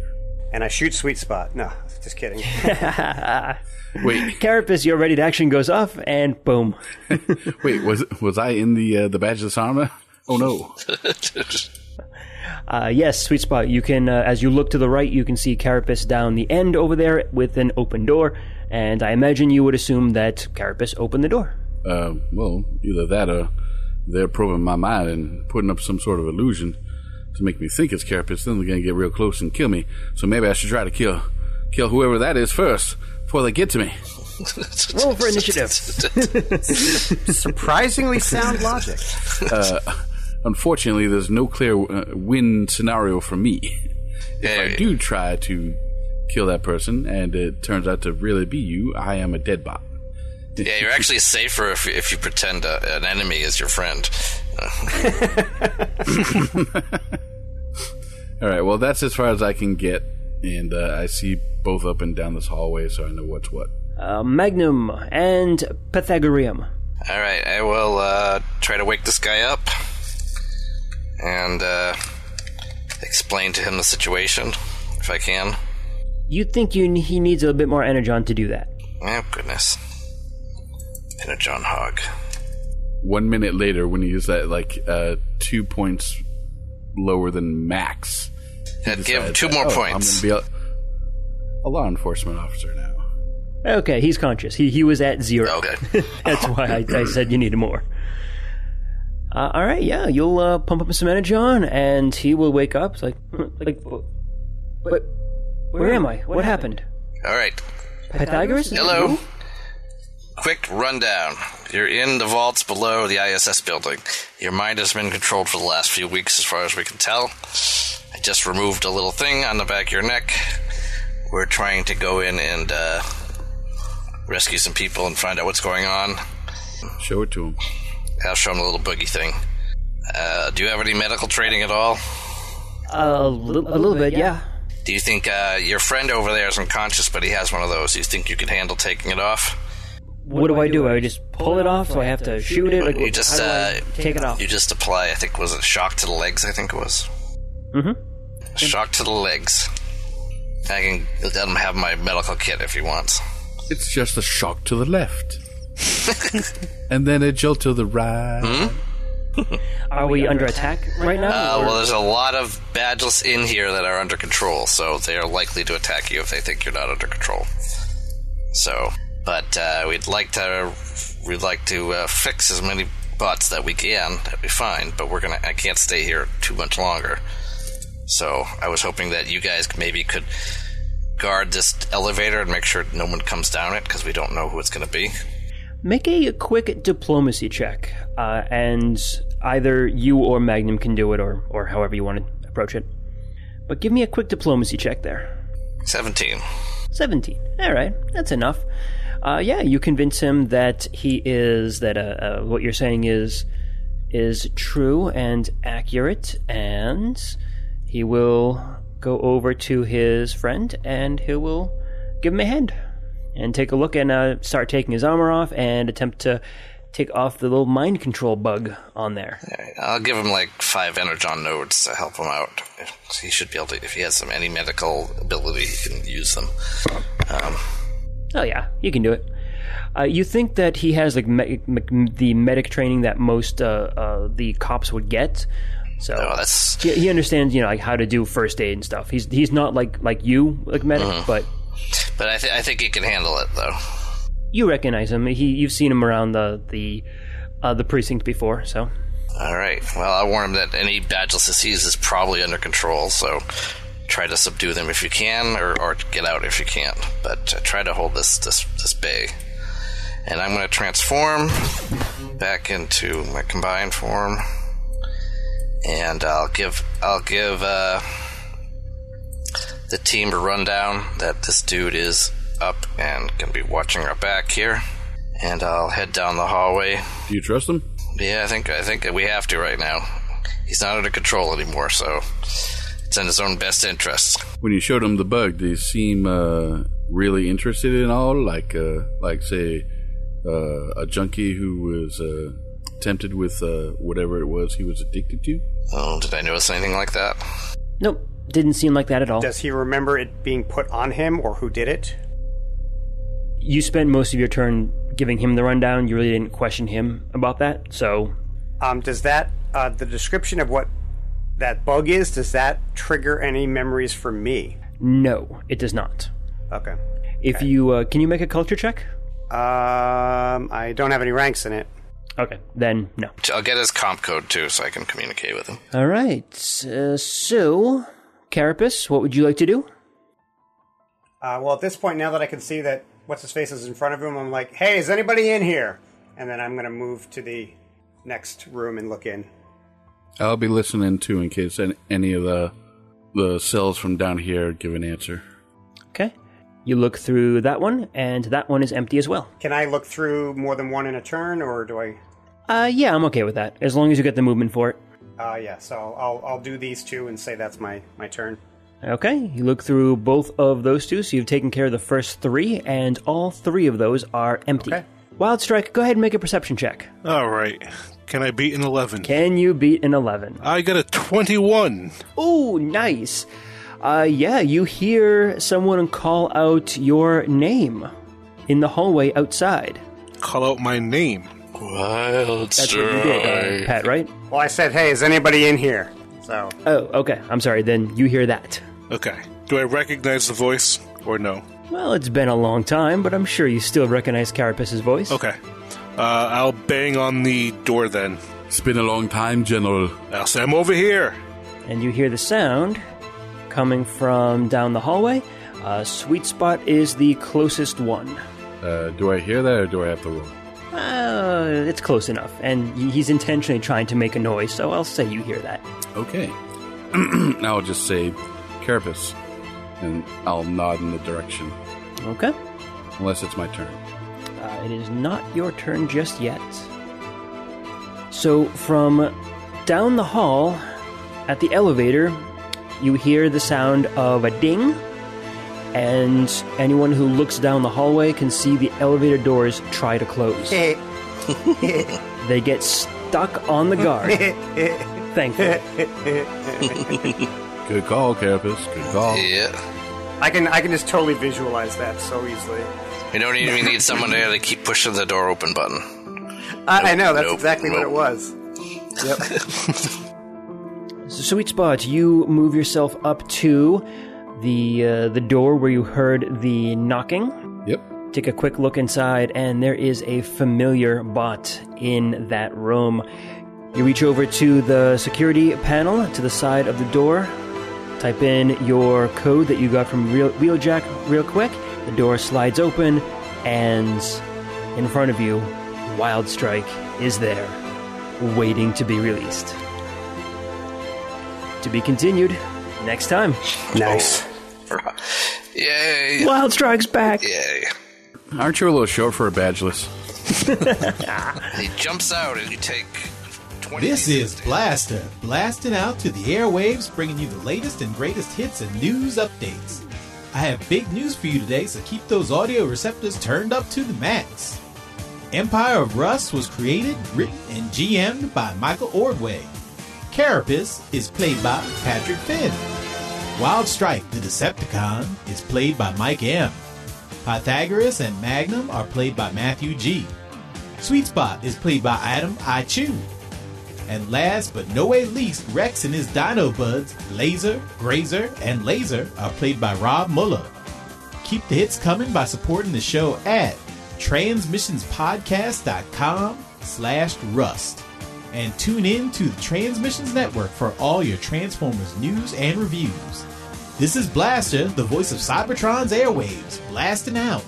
Speaker 4: And I shoot sweet spot. No, just kidding.
Speaker 5: Wait,
Speaker 2: Carapace, your ready to action goes off, and boom.
Speaker 5: wait, was was I in the uh, the badge of armor? Oh no!
Speaker 2: Uh, yes, sweet spot. You can, uh, as you look to the right, you can see Carapace down the end over there with an open door, and I imagine you would assume that Carapace opened the door.
Speaker 5: Uh, well, either that or they're probing my mind and putting up some sort of illusion to make me think it's Carapace. Then they're going to get real close and kill me. So maybe I should try to kill kill whoever that is first before they get to me.
Speaker 2: Roll for initiative.
Speaker 8: Surprisingly sound logic.
Speaker 5: Unfortunately, there's no clear uh, win scenario for me. If I do try to kill that person and it turns out to really be you, I am a dead bot.
Speaker 6: Yeah, you're actually safer if, if you pretend uh an enemy is your friend. Uh,
Speaker 5: All right. Well, that's as far as I can get, and uh, I see both up and down this hallway, so I know what's what.
Speaker 2: Uh, Magnum and Pythagoreum.
Speaker 6: All right, I will uh, try to wake this guy up and uh, explain to him the situation if I can.
Speaker 2: You think you he needs a bit more energon to do that?
Speaker 6: Oh goodness, and a John Hog.
Speaker 5: One minute later, when he is at like uh, two points lower than max, he
Speaker 6: I'd give
Speaker 5: decides
Speaker 6: two
Speaker 5: that,
Speaker 6: more
Speaker 5: "Oh,
Speaker 6: points.
Speaker 5: I'm gonna be a, a law enforcement officer now.
Speaker 2: Okay, he's conscious. He he was at zero.
Speaker 6: okay.
Speaker 2: That's why I, I said you needed more. Uh, all right, yeah, you'll uh, pump up some energon, and he will wake up. It's like, hmm, like, but, where, am I? What, happened?
Speaker 6: All right.
Speaker 2: Pythagoras?
Speaker 6: Hello. Quick rundown. You're in the vaults below the ISS building. Your mind has been controlled for the last few weeks, as far as we can tell. I just removed a little thing on the back of your neck. We're trying to go in and uh, rescue some people and find out what's going on.
Speaker 5: Show it to him.
Speaker 6: I'll show him the little boogie thing. Uh, do you have any medical training at all?
Speaker 2: a, little, a little bit, yeah.
Speaker 6: Do you think uh, your friend over there is unconscious, but he has one of those? Do you think you can handle taking it off?
Speaker 2: What, do I do? I just pull it off? Do I have to shoot it? Like,
Speaker 6: You just
Speaker 2: how do I
Speaker 6: uh,
Speaker 2: take it off.
Speaker 6: You just apply. I think was it shock to the legs. I think it was. Mm-hmm. Shock to the legs. I can let him have my medical kit if he wants.
Speaker 5: It's just a shock to the left, and then a jolt to the right.
Speaker 6: Hmm?
Speaker 2: Are we under attack right now?
Speaker 6: Uh, well, there's a lot of badges in here that are under control, so they are likely to attack you if they think you're not under control. So, but uh, we'd like to we'd like to uh, fix as many bots that we can that we find, but we're gonna I can't stay here too much longer. So I was hoping that you guys maybe could guard this elevator and make sure no one comes down it because we don't know who it's gonna be.
Speaker 2: Make a quick diplomacy check, uh, and either you or Magnum can do it, or, or however you want to approach it. But give me a quick diplomacy check there.
Speaker 6: Seventeen.
Speaker 2: 17. All right, that's enough. Uh, yeah, you convince him that he is that uh, uh, what you're saying is is true and accurate, and he will go over to his friend and he will give him a hand and take a look and uh, start taking his armor off and attempt to take off the little mind control bug on there.
Speaker 6: I'll give him like five energon nodes to help him out. He should be able to, if he has some any medical ability, he can use them. Um,
Speaker 2: Oh yeah, you can do it. Uh, you think that he has like me- me- the medic training that most uh, uh, the cops would get? So
Speaker 6: oh, that's
Speaker 2: he, he understands, you know, like how to do first aid and stuff. He's he's not like like you, like medic, but
Speaker 6: but I, th- I think he can handle it though.
Speaker 2: you recognize him. He you've seen him around the the uh, the precinct before, so
Speaker 6: All right. Well, I warn him that any badgeless he sees is probably under control. So try to subdue them if you can, or, or get out if you can't. But uh, try to hold this this this bay. And I'm going to transform back into my combined form, and I'll give I'll give uh, the team a rundown that this dude is up and going to be watching our back here. And I'll head down the hallway
Speaker 5: Do you trust him?
Speaker 6: yeah, I think I think that we have to right now. He's not under control anymore, so it's in his own best interest.
Speaker 5: when you showed them the bug, they seem uh, really interested in all, like uh, like say uh, a junkie who was uh, tempted with uh, whatever it was he was addicted to.
Speaker 6: Oh, did I notice anything like that?
Speaker 2: nope, didn't seem like that at all.
Speaker 4: Does he remember it being put on him or who did it?
Speaker 2: you spent most of your turn giving him the rundown. You really didn't question him about that, so
Speaker 4: Um, does that uh, the description of what that bug is, does that trigger any memories for me?
Speaker 2: No, it does not.
Speaker 4: Okay.
Speaker 2: If you uh, can you make a culture check?
Speaker 4: Um, I don't have any ranks in it.
Speaker 2: Okay, then no.
Speaker 6: I'll get his comp code too, so I can communicate with him.
Speaker 2: All right. Uh, so, Carapace, what would you like to do?
Speaker 4: Uh, well, at this point, now that I can see that what's his face is in front of him, I'm like, "Hey, is anybody in here?" And then I'm gonna move to the next room and look in.
Speaker 5: I'll be listening too in case an- any of the the cells from down here give an answer.
Speaker 2: Okay. You look through that one, and that one is empty as well.
Speaker 4: Can I look through more than one in a turn, or do I?
Speaker 2: Uh, yeah, I'm okay with that, as long as you get the movement for it.
Speaker 4: Uh, yeah. So I'll I'll do these two and say that's my my turn.
Speaker 2: Okay, you look through both of those two, so you've taken care of the first three, and all three of those are empty.
Speaker 4: Okay.
Speaker 2: Wild Strike, go ahead and make a perception check.
Speaker 3: All right. Can I beat an 11?
Speaker 2: Can you beat an 11?
Speaker 3: I got a 21.
Speaker 2: Oh, nice. Uh, yeah, you hear someone call out your name in the hallway outside.
Speaker 3: Call out my name.
Speaker 6: Wild
Speaker 2: That's what you did, uh, Pat, right?
Speaker 4: Well, I said, "Hey, is anybody in here?" So
Speaker 2: Oh, okay. I'm sorry. Then you hear that.
Speaker 3: Okay. Do I recognize the voice or no?
Speaker 2: Well, it's been a long time, but I'm sure you still recognize Carapace's voice.
Speaker 3: Okay. Uh, I'll bang on the door then.
Speaker 5: It's been a long time, General.
Speaker 3: I'll say, I'm over here.
Speaker 2: And you hear the sound coming from down the hallway. Uh, Sweet Spot is the closest one.
Speaker 5: Uh, do I hear that or do I have to roll?
Speaker 2: Uh, it's close enough, and y- he's intentionally trying to make a noise, so I'll say you hear that.
Speaker 5: Okay. I'll just say Carapace, and I'll nod in the direction,
Speaker 2: Okay.
Speaker 5: unless it's my turn.
Speaker 2: Uh, it is not your turn just yet. So, from down the hall at the elevator, you hear the sound of a ding, and anyone who looks down the hallway can see the elevator doors try to close. they get stuck on the guard. Thankfully.
Speaker 5: Good call, Carapace. Good call.
Speaker 6: Yeah.
Speaker 4: I can I can just totally visualize that so easily.
Speaker 6: We don't even need someone there to keep pushing the door open button.
Speaker 4: I, I know that's
Speaker 6: Nope,
Speaker 4: exactly what it
Speaker 6: nope.
Speaker 4: was.
Speaker 2: So, sweet spot, you move yourself up to the uh, the door where you heard the knocking.
Speaker 5: Yep.
Speaker 2: Take a quick look inside, and there is a familiar bot in that room. You reach over to the security panel to the side of the door, type in your code that you got from Real- Wheeljack real quick. The door slides open, and in front of you, Wild Strike is there, waiting to be released. To be continued next time.
Speaker 4: Nice.
Speaker 6: Yay!
Speaker 2: Wild Strike's back!
Speaker 6: Yay!
Speaker 5: Aren't you a little short for a badge list?
Speaker 6: He jumps out and you take 20.
Speaker 9: This is Blaster, blasting out to the airwaves, bringing you the latest and greatest hits and news updates. I have big news for you today, so keep those audio receptors turned up to the max. Empire of Rust was created, written, and GM'd by Michael Ordway. Carapace is played by Patrick Finn. Wild Strike, the Decepticon, is played by Mike M. Pythagoras and Magnum are played by Matthew G. Sweet Spot is played by Adam I. Chu. And last but no way least, Rex and his dino buds, Laser, Grazer, and Laser, are played by Rob Muller. Keep the hits coming by supporting the show at transmissionspodcast.com slash rust. And tune in to the Transmissions Network for all your Transformers news and reviews. This is Blaster, the voice of Cybertron's airwaves, blasting out.